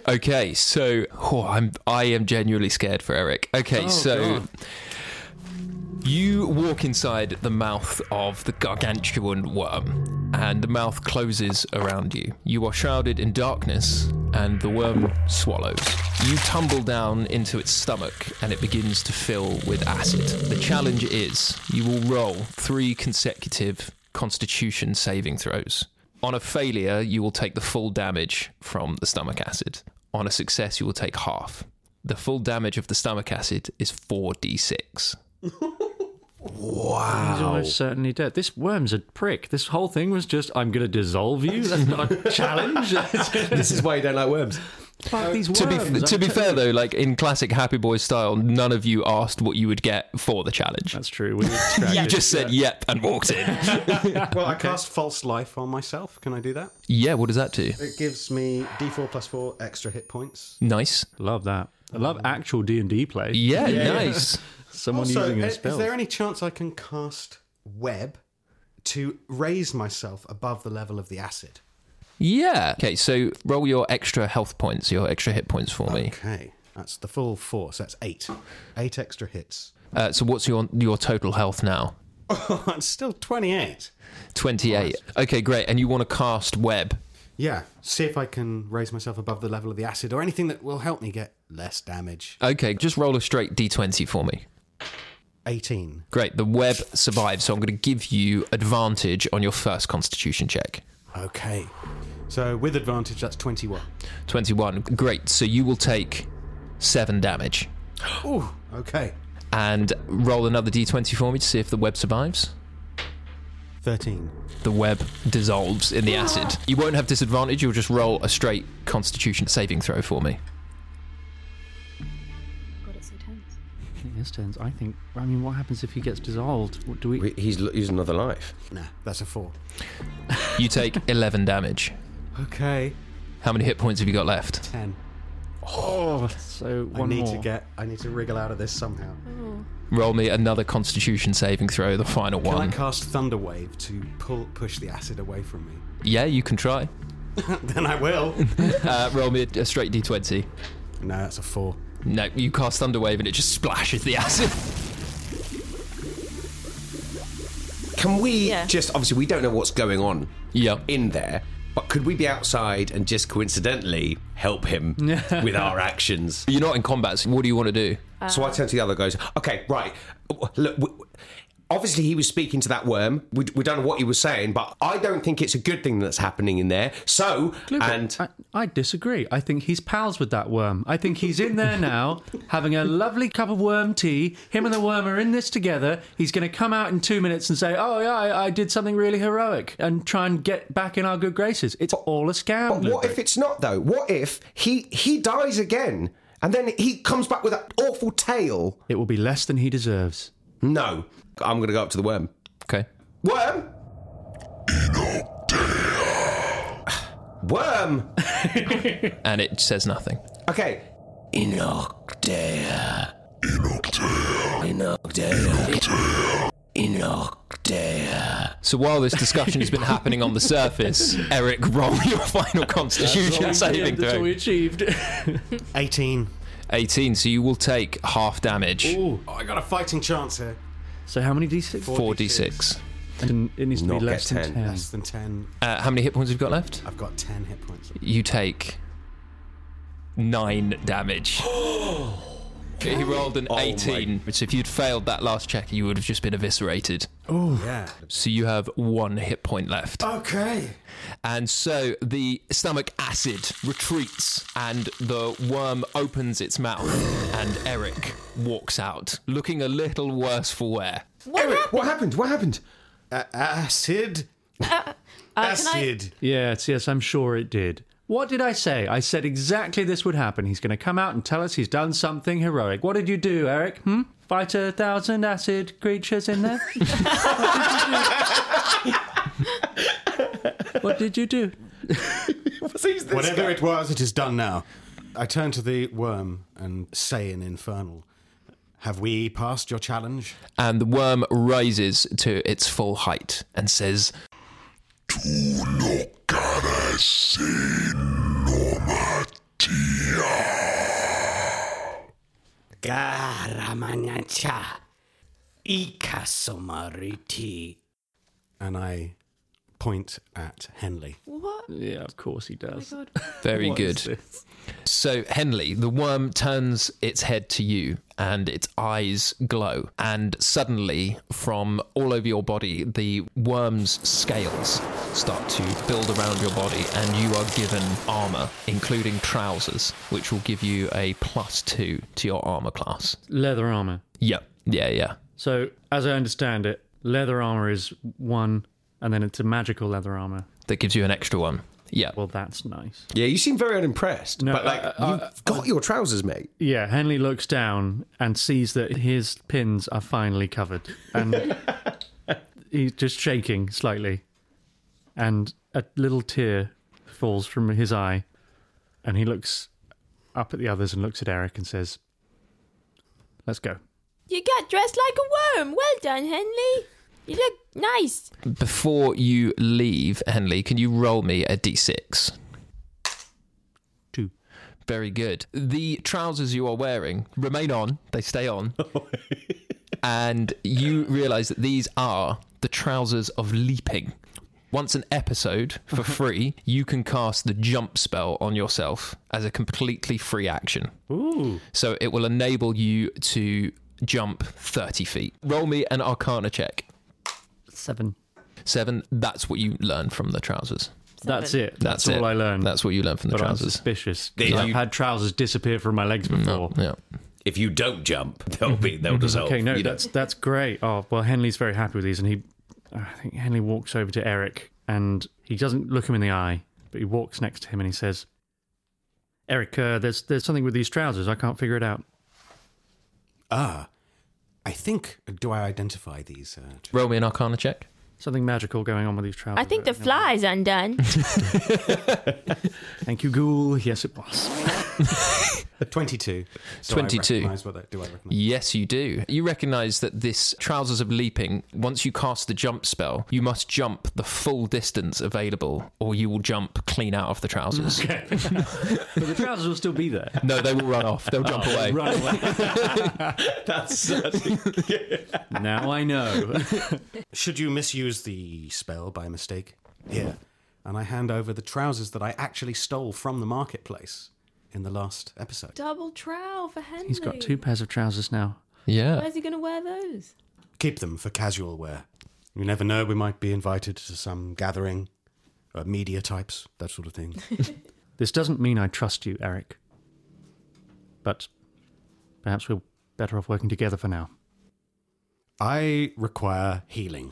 Speaker 4: Okay, so oh, I'm I am genuinely scared for Eric. Okay,
Speaker 7: Oh,
Speaker 4: so
Speaker 7: God.
Speaker 4: you walk inside the mouth of the gargantuan worm, and the mouth closes around you. You are shrouded in darkness, and the worm swallows. You tumble down into its stomach, and it begins to fill with acid. The challenge is you will roll three consecutive Constitution saving throws. On a failure, you will take the full damage from the stomach acid. On a success, you will take half. The full damage of the stomach acid is 4d6.
Speaker 7: He's almost certainly dead. This worm's a prick. This whole thing was just, I'm going to dissolve you. That's not a challenge.
Speaker 6: [laughs] This is why you don't like worms.
Speaker 7: Fuck these worms.
Speaker 4: To be, to be fair, though, like in classic Happy Boy style, none of you asked what you would get for the challenge.
Speaker 7: That's true. We
Speaker 4: [laughs] you just said yep and walked
Speaker 7: [laughs]
Speaker 4: in.
Speaker 2: well, I cast False Life on myself. Can I do that?
Speaker 4: yeah, what does that do?
Speaker 2: It gives me D4 plus four extra hit points.
Speaker 4: Nice.
Speaker 7: Love that. I love actual D&D play.
Speaker 4: Yeah,
Speaker 2: Yeah.
Speaker 4: nice.
Speaker 7: [laughs] Someone
Speaker 2: also,
Speaker 7: using
Speaker 2: i-
Speaker 7: a
Speaker 2: is
Speaker 7: spell.
Speaker 2: there any chance I can cast Web to raise myself above the level of the acid?
Speaker 4: Yeah. Okay, so roll your extra health points, your extra hit points for me.
Speaker 2: Okay, that's the full force. That's eight, eight extra hits. [laughs]
Speaker 4: Uh, so what's your your total health now?
Speaker 2: Oh, it's still twenty-eight.
Speaker 4: 28. Okay, great. And you want to cast web.
Speaker 2: Yeah, see if I can raise myself above the level of the acid or anything that will help me get less damage.
Speaker 4: Okay, just roll a straight d20 for me.
Speaker 2: 18.
Speaker 4: Great, the web survives, so I'm going to give you advantage on your first constitution check.
Speaker 2: Okay. So with advantage, that's
Speaker 7: [gasps]
Speaker 2: 21.
Speaker 4: 21. Great, so you will take 7 damage.
Speaker 2: Oh, okay.
Speaker 4: And roll another d20 for me to see if the web survives.
Speaker 2: 13.
Speaker 4: The web dissolves in the
Speaker 2: Ah.
Speaker 4: acid. You won't have disadvantage, you'll just roll a straight constitution saving throw for me.
Speaker 7: Yes, Tens, I think, I mean, what happens if he gets dissolved? What do we...
Speaker 6: He's, he's another life.
Speaker 2: Nah, that's a 4.
Speaker 4: [laughs] You take 11 damage.
Speaker 2: Okay.
Speaker 4: How many hit points have you got left?
Speaker 2: 10.
Speaker 7: Oh, so one
Speaker 2: I need
Speaker 7: more.
Speaker 2: to get, I need to wriggle out of this somehow.
Speaker 4: Roll me another constitution saving throw, the final
Speaker 2: Can
Speaker 4: one.
Speaker 2: I cast Thunder Wave to pull, push the acid away from me? [laughs]
Speaker 4: Yeah, you can try.
Speaker 2: then I will.
Speaker 4: Uh, roll me a, a straight d20.
Speaker 2: no, that's a 4.
Speaker 4: No, you cast Thunderwave and it just splashes the acid.
Speaker 6: Can we
Speaker 5: Yeah.
Speaker 6: just obviously we don't know what's going on in there, but could we be outside and just coincidentally
Speaker 4: [laughs]
Speaker 6: help him with our actions?
Speaker 4: You're not in combat. So what do you want to do?
Speaker 6: so I turn to the other guys. Okay, right. Look, we, obviously he was speaking to that worm. We, we don't know what he was saying, but I don't think it's a good thing that's happening in there. So and
Speaker 7: I, I disagree. I think he's pals with that worm. I think he's in there now, [laughs] having a lovely cup of worm tea. Him and the worm are in this together. He's going to come out in two minutes and say, "Oh yeah, I, I did something really heroic," and try and get back in our good graces. It's all a scam.
Speaker 6: But what
Speaker 7: Ludwig.
Speaker 6: if it's not though? What if he he dies again and then he comes back with that awful tale?
Speaker 7: It will be less than he deserves.
Speaker 6: No, I'm going to go up to the worm.
Speaker 4: Okay,
Speaker 6: worm. Worm.
Speaker 4: [laughs] and it says nothing.
Speaker 6: Okay. Inoctea. Inoctea. Inoctea.
Speaker 4: So while this discussion has been happening on the surface, Eric, roll your final [laughs] Constitution saving throw.
Speaker 7: achieved. [laughs]
Speaker 2: 18.
Speaker 4: 18, so you will take half damage.
Speaker 2: Ooh, Oh, I got a fighting chance here.
Speaker 7: So how many d6?
Speaker 4: 4d6.
Speaker 7: And it needs to
Speaker 4: Not
Speaker 7: be
Speaker 4: get
Speaker 7: less than
Speaker 4: 10.
Speaker 7: ten.
Speaker 2: Less than 10.
Speaker 4: Uh, how many hit points have you got left?
Speaker 2: I've got 10 hit points. [gasps]
Speaker 4: You take 9
Speaker 2: [gasps]
Speaker 4: damage. [gasps] Okay, he rolled an 18, so Oh if you'd failed that last check, you would have just been eviscerated.
Speaker 2: Oh. Yeah.
Speaker 4: So you have one hit point left. [laughs]
Speaker 2: Okay.
Speaker 4: And so the stomach acid retreats and the worm opens its mouth and Eric walks out looking a little worse for wear.
Speaker 5: What happened?
Speaker 6: What happened? What happened?
Speaker 2: acid.
Speaker 5: Uh, can I-
Speaker 7: Yes, yes, I'm sure it did. What did I say? I said exactly this would happen. He's going to come out and tell us he's done something heroic. What did you do, Eric? Hmm? Fight a thousand acid creatures in
Speaker 5: [laughs]
Speaker 7: there? what did you do?
Speaker 2: Whatever it was, it is done now. I turn to the worm and say in Infernal, Have we passed your challenge?
Speaker 4: And the worm rises to its full height and says,
Speaker 9: Garamanacha. Ikasumariti.
Speaker 2: And I point at Henley.
Speaker 5: What?
Speaker 7: Yeah, of course he does.
Speaker 4: Very
Speaker 7: What is
Speaker 4: good. So, Henley, the worm turns its head to you and its eyes glow. And suddenly, from all over your body, the worm's scales start to build around your body, and you are given armor, including trousers, which will give you a plus two to your armor class.
Speaker 7: Leather armor.
Speaker 4: Yep. Yeah, yeah.
Speaker 7: So, as I understand it, leather armor is one, and then it's a magical leather armor.
Speaker 4: That gives you an extra one. Yeah.
Speaker 7: Well, that's nice.
Speaker 6: Yeah, you seem very unimpressed.
Speaker 7: No,
Speaker 6: but like,
Speaker 7: uh, uh,
Speaker 6: you've got your trousers, mate.
Speaker 7: Yeah, Henley looks down and sees that his pins are finally covered. And he's just shaking slightly. And a little tear falls from his eye. And he looks up at the others and looks at Eric and says, Let's go.
Speaker 3: You got dressed like a worm. Well done, Henley. You look nice.
Speaker 4: Before you leave, Henley, can you roll me a d6?
Speaker 7: Two.
Speaker 4: Very good. The trousers you are wearing remain on, they stay on. and you realize that these are the trousers of leaping. Once an episode for free, you can cast the jump spell on yourself as a completely free action.
Speaker 7: Ooh.
Speaker 4: So it will enable you to jump 30 feet. Roll me an arcana check.
Speaker 7: Seven.
Speaker 4: Seven. That's what you learn from the trousers.
Speaker 7: That's it.
Speaker 4: That's,
Speaker 7: That's, all I learned.
Speaker 4: That's what you learn from the
Speaker 7: but I'm
Speaker 4: trousers.
Speaker 7: suspicious. 'cause
Speaker 4: Did
Speaker 7: I've
Speaker 4: you- Mm,
Speaker 7: had trousers disappear from my legs before.
Speaker 4: yeah.
Speaker 6: If you don't jump, they'll be they'll dissolve.
Speaker 7: Mm-hmm. [laughs] Okay, no,
Speaker 6: You know.
Speaker 7: that's that's great. Oh well, Henley's very happy with these, and he, I think Henley walks over to Eric, and he doesn't look him in the eye, but he walks next to him and he says, "Eric, uh, there's there's something with these trousers. I can't figure it out."
Speaker 2: Ah, I think. Do I identify these? Uh,
Speaker 4: Roll me an arcana check.
Speaker 7: Something magical going on with these trousers.
Speaker 3: I think the
Speaker 7: but-
Speaker 3: fly's undone.
Speaker 7: Thank you, Ghoul. Yes, it was.
Speaker 2: 22. So I
Speaker 4: 22.
Speaker 2: recognise what I- do I recognize?
Speaker 4: Yes, you do. You recognize that this Trousers of Leaping, once you cast the jump spell, you must jump the full distance available, or you will jump clean out of the [laughs] trousers.
Speaker 7: [laughs] Okay. but the trousers will still be there.
Speaker 4: No, they will run off. They'll jump
Speaker 7: Oh,
Speaker 4: away.
Speaker 7: Run [laughs] away.
Speaker 2: That's
Speaker 7: now I know.
Speaker 2: [laughs] Should you misuse the spell by mistake? Here. And I hand over the trousers that I actually stole from the marketplace in the last episode.
Speaker 5: Double trowel for Henley.
Speaker 7: He's got two pairs of trousers now.
Speaker 5: Where's he going to wear those?
Speaker 2: Keep them for casual wear. You never know, we might be invited to some gathering, uh, media types, that sort of thing.
Speaker 7: [laughs] This doesn't mean I trust you, Eric. But perhaps we're better off working together for now.
Speaker 2: I require healing.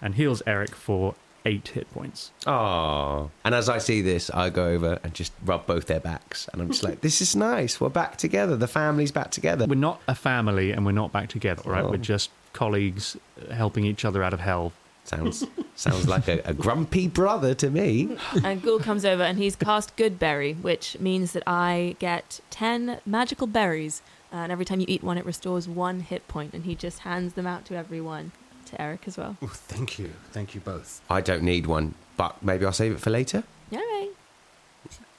Speaker 7: and heals Eric for eight hit points.
Speaker 6: Oh. And as I see this, I go over and just rub both their backs. And I'm just like, this is nice. We're back together. The family's back together.
Speaker 7: We're not a family, and we're not back together, all right?
Speaker 6: Oh.
Speaker 7: We're just colleagues uh, helping each other out of hell.
Speaker 6: Sounds sounds like a, a grumpy brother to me.
Speaker 5: and Ghoul comes over and he's cast Good Berry, which means that I get 10 magical berries. uh, And every time you eat one, it restores one hit point. And he just hands them out to everyone, to Eric as well.
Speaker 2: Thank you. Thank you
Speaker 7: [laughs]
Speaker 2: both.
Speaker 6: I don't need one, but maybe I'll save it for later.
Speaker 5: All right.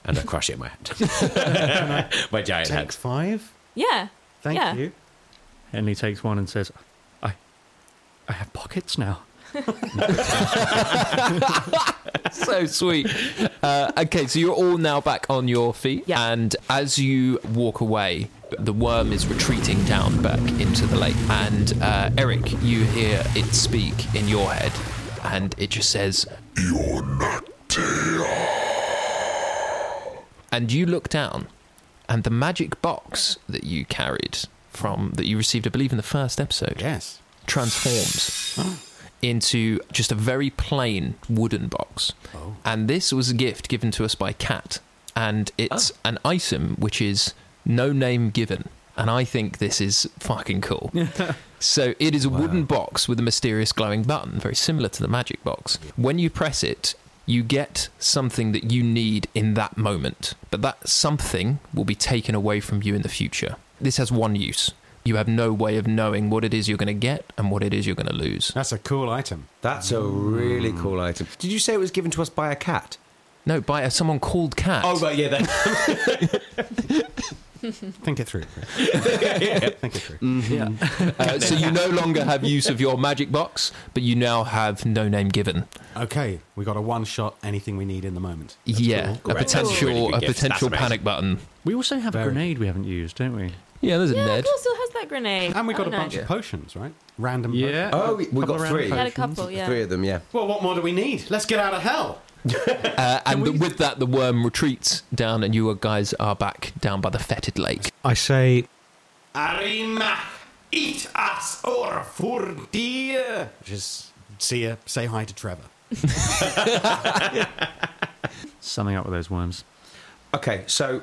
Speaker 6: And I crush it in my
Speaker 4: [laughs]
Speaker 6: hand. my giant
Speaker 2: Take
Speaker 6: hand.
Speaker 2: five?
Speaker 5: Yeah. yeah.
Speaker 7: Henley takes one and says, "I, I have pockets now."
Speaker 4: [laughs] so sweet. Uh, okay, so you're all now back on your feet, and as you walk away, the worm is retreating down back into the lake. And uh, Eric, you hear it speak in your head, and it just says, "You're not And you look down, and the magic box that you carried from that you received, I believe, in the first episode,
Speaker 2: yes, [gasps]
Speaker 4: transforms into just a very plain wooden box.
Speaker 2: Oh.
Speaker 4: And this was a gift given to us by Kat, and it's
Speaker 2: Oh.
Speaker 4: an item which is no name given. And I think this is fucking cool. so it is a wooden box with a mysterious glowing button, very similar to the magic box. When you press it, you get something that you need in that moment, but that something will be taken away from you in the future. This has one use. You have no way of knowing what it is you're going to get and what it is you're going to lose. Mm.
Speaker 2: That's a cool item.
Speaker 6: That's a really cool item. Did you say it was given to us by a cat?
Speaker 4: No, by someone called Cat.
Speaker 6: Oh, right, yeah. [laughs] That...
Speaker 2: Think it through. Think it through.
Speaker 4: Uh, so you no longer have use of your magic box, but you now have no name given.
Speaker 2: Okay, we got a one shot anything we need in the moment.
Speaker 4: yeah,
Speaker 2: cool.
Speaker 4: a
Speaker 2: Great, that's a
Speaker 4: potential
Speaker 2: really good
Speaker 4: a
Speaker 2: gift. That's
Speaker 4: potential
Speaker 2: amazing.
Speaker 4: panic button.
Speaker 7: We also have a
Speaker 2: Very
Speaker 7: grenade we haven't used, don't we?
Speaker 4: Yeah, there's a
Speaker 5: Yeah, Ghoul still has that grenade.
Speaker 2: And we got
Speaker 5: Oh,
Speaker 2: a bunch
Speaker 5: nice.
Speaker 2: of potions, right? Random.
Speaker 7: Yeah.
Speaker 2: potions.
Speaker 6: Oh, we, we
Speaker 2: Couple
Speaker 6: got
Speaker 2: random
Speaker 6: three.
Speaker 5: Had a couple, yeah.
Speaker 6: Three of them, yeah.
Speaker 2: Well, what more do we need? Let's get out of hell.
Speaker 4: Uh, and the, with that, the worm retreats down, and you guys are back down by the fetid lake.
Speaker 2: I say, Arima, eat us or for
Speaker 6: [laughs]
Speaker 2: dear. Just see ya. Say hi to [laughs] Trevor.
Speaker 7: Summing up with those worms.
Speaker 6: Okay, so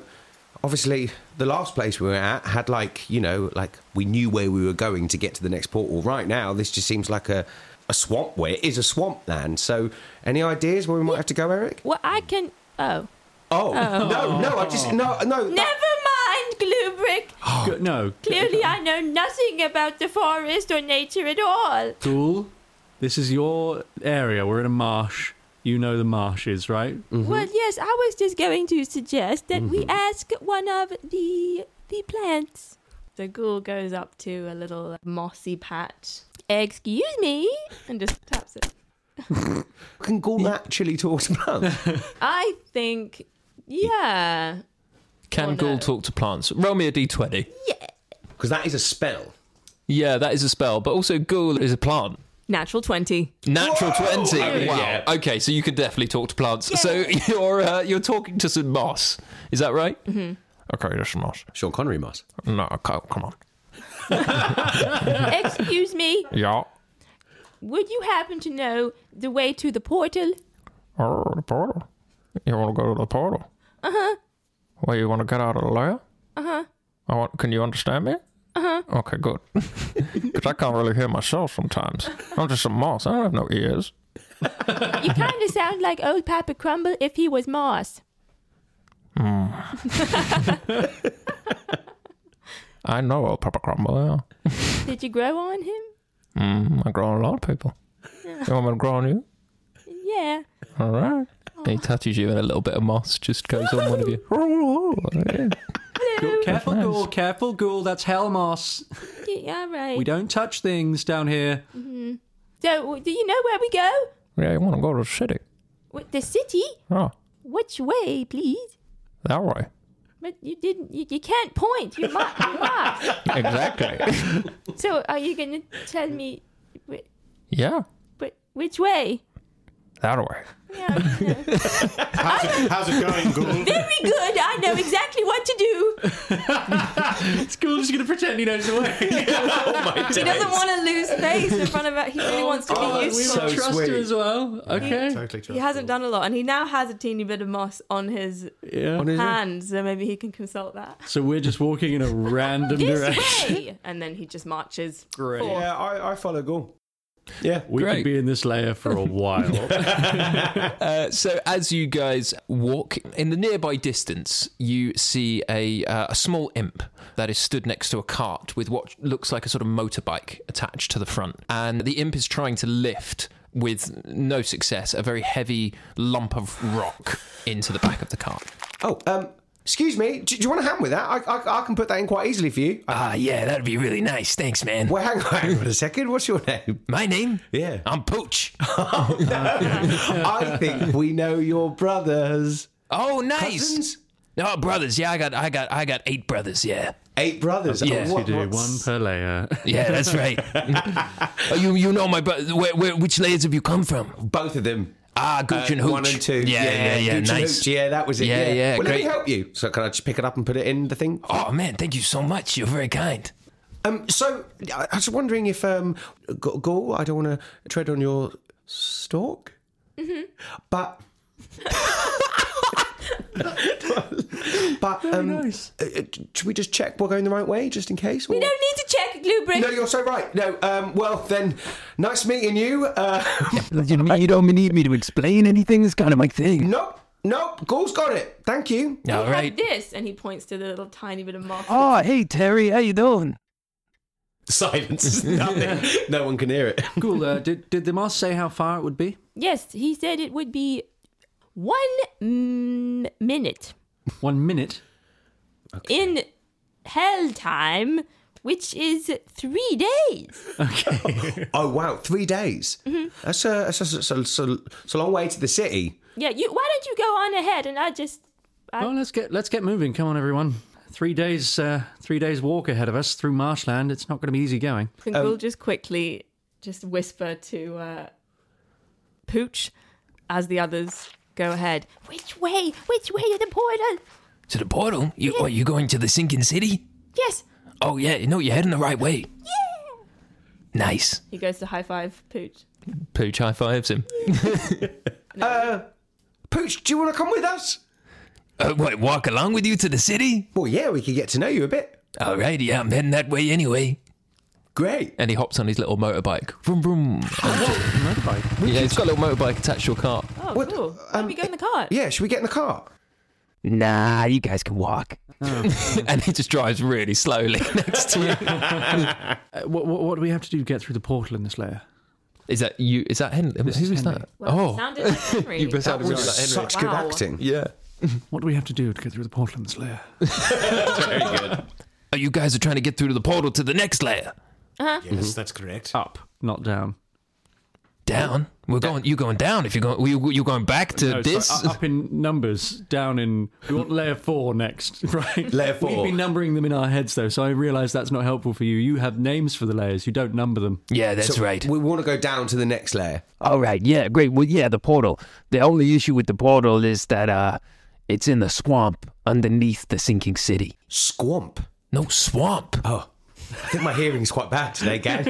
Speaker 6: obviously the last place we were at had like, you know, like we knew where we were going to get to the next portal. Right now, this just seems like a, a swamp where it is a swamp land. So any ideas where we might have to go, Eric? [laughs]
Speaker 5: Well, I can. Oh.
Speaker 6: Oh, no, no, I just no, no.
Speaker 3: Never mind,
Speaker 6: [gasps]
Speaker 3: Glubrick.
Speaker 7: Go- no.
Speaker 3: Clearly, I know nothing about the forest or nature at all.
Speaker 7: Ghoul, this is your area. We're in a marsh. You know the marshes, right?
Speaker 6: Mm-hmm.
Speaker 3: Well, yes, I was just going to suggest that we ask one of the the plants.
Speaker 5: The ghoul goes up to a little mossy patch.
Speaker 3: Excuse me,
Speaker 5: and just taps it.
Speaker 6: Can Gaul naturally talk to plants?
Speaker 5: I think, yeah.
Speaker 4: Can Ghoul talk to plants? Roll me a d20. Yeah.
Speaker 6: Because that is a spell.
Speaker 4: Yeah, that is a spell, but also Ghoul is a plant.
Speaker 5: Natural 20.
Speaker 4: Natural
Speaker 5: Whoa!
Speaker 4: twenty.
Speaker 6: Oh,
Speaker 5: I mean,
Speaker 4: wow.
Speaker 5: yeah.
Speaker 4: Okay, so you can definitely talk to plants. So [laughs] you're uh, you're talking to some moss. Is that right?
Speaker 5: Mhm.
Speaker 4: Okay, there's some moss.
Speaker 6: Sean Connery moss.
Speaker 4: No, okay, come on.
Speaker 3: excuse me.
Speaker 4: Yeah.
Speaker 3: Would you happen to know the way to the portal?
Speaker 4: Oh, the portal. You want to go to the portal?
Speaker 3: Uh huh.
Speaker 4: Where you want to get out of the lair?
Speaker 3: Uh huh.
Speaker 4: I want, can you understand me?
Speaker 3: Uh huh.
Speaker 4: Okay, good. [laughs] Because I can't really hear myself sometimes. I'm just a moss. I don't have no ears.
Speaker 3: You kind of sound like old Papa Crumble if he was Mars. [laughs]
Speaker 4: Hmm. I know old Papa Crumble. Yeah.
Speaker 3: Did you grow on him?
Speaker 4: Mm, I grow on a lot of people. You want me to grow on you?
Speaker 3: Yeah.
Speaker 4: All right. He touches you, and a little bit of moss just goes on one of you.
Speaker 7: Careful, ghoul. Careful, ghoul. That's hell moss.
Speaker 3: Yeah, all right.
Speaker 7: We don't touch things down here.
Speaker 3: Mhm. So, do you know where we go?
Speaker 4: Yeah, you want to go to the city?
Speaker 3: What, the city?
Speaker 4: Oh,
Speaker 3: Which way, please?
Speaker 4: that way.
Speaker 3: But you didn't. You, you can't point. You mo- you're mocked.
Speaker 4: Exactly.
Speaker 3: So, are you gonna tell me
Speaker 4: yeah,
Speaker 3: but which way?
Speaker 4: that way.
Speaker 2: How's it, how's it going, Ghoul?
Speaker 3: Very good. I know exactly what to
Speaker 7: [laughs]
Speaker 3: do.
Speaker 7: School's just going to pretend he knows
Speaker 4: [laughs]
Speaker 7: the way.
Speaker 4: Oh
Speaker 7: [laughs]
Speaker 5: He doesn't want to lose face in front of her. He really wants to be
Speaker 7: Oh, we
Speaker 5: useful.
Speaker 7: will trust her as well. Okay.
Speaker 2: Totally
Speaker 5: He hasn't done a lot, and he now has a teeny bit of moss on his
Speaker 7: Yeah. On his-
Speaker 5: hand, so maybe he can consult that.
Speaker 7: So we're just walking in a random direction.
Speaker 5: This way, and then he just marches.
Speaker 7: Great.
Speaker 5: forth.
Speaker 6: Yeah, I, I follow Gaul. Yeah,
Speaker 7: We could be in this layer for
Speaker 4: [laughs]
Speaker 7: a while.
Speaker 4: Uh, so as you guys walk in the nearby distance, you see a uh, a small imp that is stood next to a cart with what looks like a sort of motorbike attached to the front, and the imp is trying to lift with no success a very heavy lump of rock into the back of the cart.
Speaker 6: Oh, um, excuse me. Do, do you want a hand with that? I, I, I can put that in quite easily for you. Ah,
Speaker 4: yeah, that'd be really nice. Thanks, man.
Speaker 6: Well, hang on, hang on a second. What's your name?
Speaker 4: My name?
Speaker 6: Yeah. Oh,
Speaker 4: I'm
Speaker 6: [laughs]
Speaker 4: Pooch.
Speaker 6: I think we know your brothers.
Speaker 4: Oh, nice. Oh, brothers. Yeah, I got, I got, I got eight brothers. Yeah.
Speaker 6: Eight brothers. Oh,
Speaker 4: Yeah.
Speaker 7: you do one per layer.
Speaker 4: Yeah, that's
Speaker 7: [laughs]
Speaker 4: right. Oh, [laughs] you you know my brother. Where, where, which layers have you come from?
Speaker 6: Both of them.
Speaker 4: Ah, Gooch
Speaker 6: Uh,
Speaker 4: and Hooch.
Speaker 6: One and two.
Speaker 4: Yeah, yeah, yeah.
Speaker 6: Gooch and
Speaker 4: nice.
Speaker 6: Hooch. Yeah, that was it.
Speaker 4: Yeah, yeah.
Speaker 6: well,
Speaker 4: great.
Speaker 6: let me help you. So can I just pick it up and put it in the thing?
Speaker 4: Oh man, thank you so much. You're very kind.
Speaker 6: Um, so I I was wondering if um, G- Gaul, I don't want to tread on your stalk,
Speaker 10: Mm-hmm.
Speaker 6: but but um, uh, uh, should we just check we're going the right way just in case?
Speaker 3: We
Speaker 6: or-
Speaker 3: don't need to check, Glubrick.
Speaker 6: No, you're so right. No, um, well then, nice meeting you. Uh, [laughs]
Speaker 11: You know, you don't need me to explain anything. It's kind of my thing.
Speaker 6: Nope, nope. Gaul's got it. Thank you.
Speaker 11: All
Speaker 5: Have this, and he points to the little tiny bit of moss.
Speaker 6: Um,
Speaker 11: Oh, hey Terry, how you doing?
Speaker 4: [laughs]
Speaker 6: Silence. Nothing. no one can hear it.
Speaker 7: [laughs] Cool. Uh, did did the moss say how far it would be?
Speaker 3: Yes, he said it would be one mm, minute
Speaker 7: One minute.
Speaker 3: in hell time, which is three days.
Speaker 6: Oh wow, three days.
Speaker 3: Mhm.
Speaker 6: That's a that's a, that's a, that's a- it's a long way to the city.
Speaker 3: Yeah, you. Why don't you go on ahead and I just
Speaker 7: Well, let's get let's get moving. Come on, everyone. Three days, uh, three days walk ahead of us through marshland. It's not going to be easy going.
Speaker 5: Can Ghoul just quickly just whisper to uh, Pooch as the others go ahead?
Speaker 3: which way? Which way to the portal?
Speaker 4: To the portal. You are you going to the sinking city?
Speaker 3: Yes.
Speaker 4: Oh yeah. No, you're heading the right way. Yeah. Nice.
Speaker 5: He goes to high five Pooch.
Speaker 4: Pooch high fives him.
Speaker 6: Uh, Pooch, do you want to come with us?
Speaker 4: Uh, what, walk along with you to the city?
Speaker 6: Well, yeah, we could get to know you a bit.
Speaker 4: All right. Yeah, I'm heading that way anyway.
Speaker 6: Great.
Speaker 4: And he hops on his little motorbike. Vroom vroom. motorbike. Yeah, he's got a little motorbike attached to a cart.
Speaker 5: Oh, cool. Why don't we go in the cart?
Speaker 6: Yeah, should we get in the car?
Speaker 11: Nah, you guys can walk.
Speaker 7: Oh.
Speaker 4: [laughs] and he just drives really slowly [laughs] next to you.
Speaker 7: [laughs] Uh, what, what, what do we have to do to get through the portal in this layer?
Speaker 4: Is that you? Is that Henry? Who is that?
Speaker 5: Well, it sounded like Henry.
Speaker 4: Oh. [laughs] You sounded really like Henry.
Speaker 5: Wow.
Speaker 4: Yeah.
Speaker 7: [laughs] What do we have to do to get through the portal in this layer?
Speaker 4: Very good. Oh, you guys are trying to get through to the portal to the next layer.
Speaker 5: Uh-huh.
Speaker 6: Mm-hmm.
Speaker 7: Yes,
Speaker 2: that's correct.
Speaker 7: Up, not down.
Speaker 4: Down. We're going. You're going down. If you're going, you- you're going back to
Speaker 7: No, sorry,
Speaker 4: this. [laughs]
Speaker 7: u- up in numbers, down in. We want layer
Speaker 4: [laughs]
Speaker 7: four next, right?
Speaker 4: Layer
Speaker 7: We've
Speaker 4: four.
Speaker 7: been numbering them in our heads, though, so I realise that's not helpful for you. You have names for the layers, you don't number them.
Speaker 4: So right.
Speaker 6: We want to go down to the next layer.
Speaker 11: All right, yeah, great. Well, yeah, the portal. The only issue with the portal is that uh, it's in the swamp underneath the sinking city.
Speaker 6: Swamp?
Speaker 4: No, swamp.
Speaker 6: Oh, I think my hearing's quite bad today, Gaz.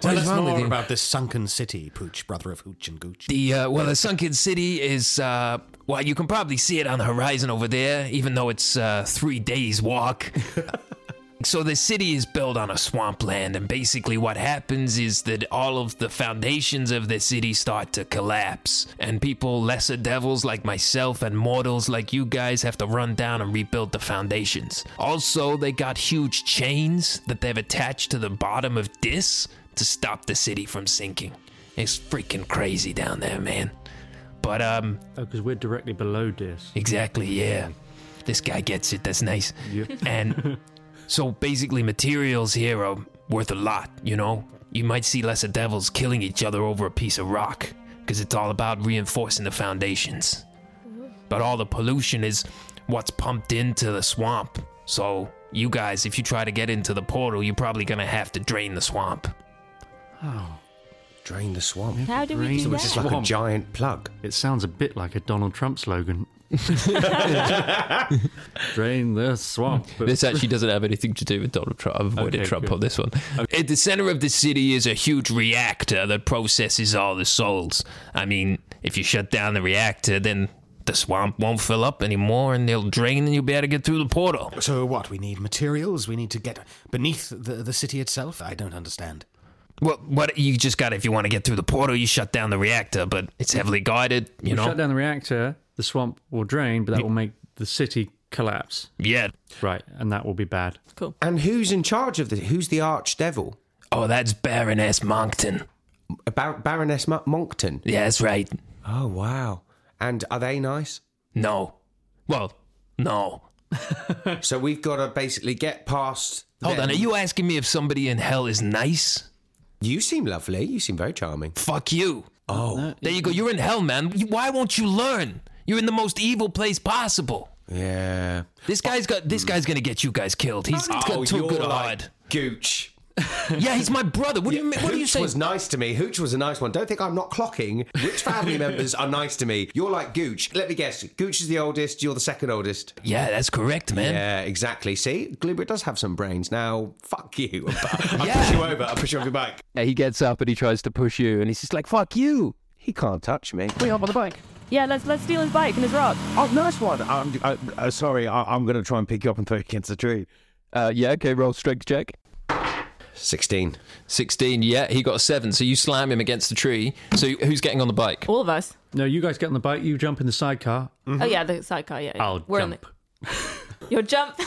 Speaker 2: Tell
Speaker 4: is
Speaker 2: us
Speaker 4: wrong with
Speaker 2: more
Speaker 4: you?
Speaker 2: about this sunken city, Pooch, brother of Hooch and Gooch.
Speaker 4: The uh, well, the sunken city is uh, well, you can probably see it on the horizon over there, even though it's uh, three days
Speaker 6: [laughs]
Speaker 4: walk. so the city is built on a swampland, and basically what happens is that all of the foundations of the city start to collapse, and people, lesser devils like myself and mortals like you guys, have to run down and rebuild the foundations. Also, they got huge chains that they've attached to the bottom of this to stop the city from sinking. It's freaking crazy down there, man. But um,
Speaker 7: Oh, because we're directly below this.
Speaker 4: Exactly, yeah. This guy gets it, that's nice. And so basically, materials here are worth a lot, you know? You might see lesser devils killing each other over a piece of rock, because it's all about reinforcing the foundations. But all the pollution is what's pumped into the swamp. So, you guys, if you try to get into the portal, you're probably gonna have to drain the swamp.
Speaker 7: Oh.
Speaker 6: Drain the swamp.
Speaker 3: How do we Drain do the that? swamp.
Speaker 6: giant plug.
Speaker 7: It sounds a bit like a Donald Trump slogan.
Speaker 4: [laughs]
Speaker 7: [laughs] Drain the swamp.
Speaker 4: [laughs] This actually doesn't have anything to do with Donald Trump. I've avoided
Speaker 7: Okay,
Speaker 4: Trump
Speaker 7: good.
Speaker 4: on this one. At the center of the city is a huge reactor that processes all the souls. I mean, if you shut down the reactor, then the swamp won't fill up anymore and they'll drain and you'll be able to get through the portal.
Speaker 2: So what? We need materials. We need to get beneath the, the city itself. I don't understand.
Speaker 4: Well, what you just got to if you want to get through the portal, you shut down the reactor, but it's heavily guided, you
Speaker 7: You
Speaker 4: know.
Speaker 7: shut down the reactor, the swamp will drain, but that will make the city collapse.
Speaker 4: Yeah.
Speaker 7: Right, and that will be bad.
Speaker 5: Cool.
Speaker 6: And who's in charge of this? Who's the archdevil?
Speaker 4: Oh, that's Baroness Monkton.
Speaker 6: About Baroness Mo- Monkton.
Speaker 4: Yeah, that's right.
Speaker 6: Oh wow! And are they nice?
Speaker 4: No. Well, no.
Speaker 6: [laughs] so we've got to basically get past.
Speaker 4: Hold on, are you asking me if somebody in hell is nice?
Speaker 6: You seem lovely. You seem very charming.
Speaker 4: Fuck you. Oh. There you go. You're in hell, man. You- Why won't you learn? You're in the most evil place possible.
Speaker 6: Yeah.
Speaker 4: This guy's got this guy's gonna get you guys killed. He's
Speaker 6: Oh,
Speaker 4: got too
Speaker 6: you're
Speaker 4: good a
Speaker 6: like
Speaker 4: heart.
Speaker 6: Gooch.
Speaker 4: [laughs] Yeah, he's my brother. What do you mean? What do you
Speaker 6: Hooch
Speaker 4: say?
Speaker 6: was nice to me. Hooch was a nice one. Don't think I'm not clocking
Speaker 4: [laughs]
Speaker 6: which family members are nice to me. You're like Gooch. Let me guess. Gooch is the oldest. You're the second oldest.
Speaker 4: Yeah, that's correct, man.
Speaker 6: Yeah, exactly. See, Glibert does have some brains. Now, fuck you. [laughs] I push you over. I push you off your bike.
Speaker 11: Yeah, he gets up and he tries to push you, and he's just like, "Fuck you!"
Speaker 6: He can't touch me.
Speaker 11: We hop on the bike.
Speaker 12: Yeah, let's let's steal his bike and his rock.
Speaker 13: Oh, nice one. I'm uh, uh, sorry. I- I'm going to try and pick you up and throw you against the tree.
Speaker 4: Uh, yeah, okay, roll strength check.
Speaker 6: 16.
Speaker 4: 16, yeah, he got a 7. So you slam him against the tree. So who's getting on the bike?
Speaker 5: All of us.
Speaker 7: No, you guys get on
Speaker 4: [laughs]
Speaker 7: the bike, you jump in the sidecar. [laughs]
Speaker 5: Oh yeah, the sidecar. Yeah. yeah.
Speaker 7: I'll
Speaker 5: On the... [laughs] Your jump.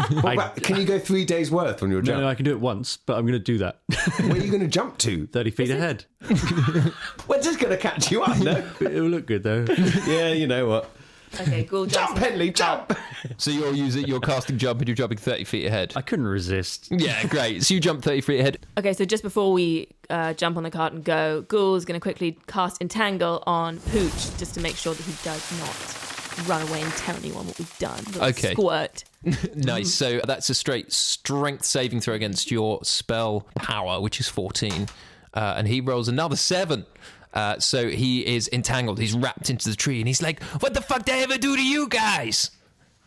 Speaker 6: Can you go three days worth on your
Speaker 7: No, no, I can do it once, but I'm going to do that.
Speaker 6: Where are you going to jump
Speaker 7: [laughs]
Speaker 6: to?
Speaker 7: 30 feet ahead.
Speaker 6: [laughs] We're just going to catch you up,
Speaker 7: [laughs]
Speaker 6: no?
Speaker 7: It'll look good, though.
Speaker 6: yeah, you know what.
Speaker 5: Okay, cool.
Speaker 6: Jump, Henley, jump!
Speaker 4: So you're using you're casting jump and you're jumping 30 feet ahead. I
Speaker 7: couldn't resist.
Speaker 4: Yeah, great. So you jump 30 feet ahead.
Speaker 5: Okay, so just before we uh, jump on the cart and go, Ghoul is going to quickly cast Entangle on Pooch just to make sure that he does not run away and tell anyone what we've done. Little
Speaker 4: Okay.
Speaker 5: Squirt.
Speaker 4: [laughs] nice. So that's a straight strength saving throw against your spell power, which is 14. Uh, and he rolls another seven. Uh, so he is entangled. He's wrapped into the tree and he's like, What the fuck did I ever do to you guys?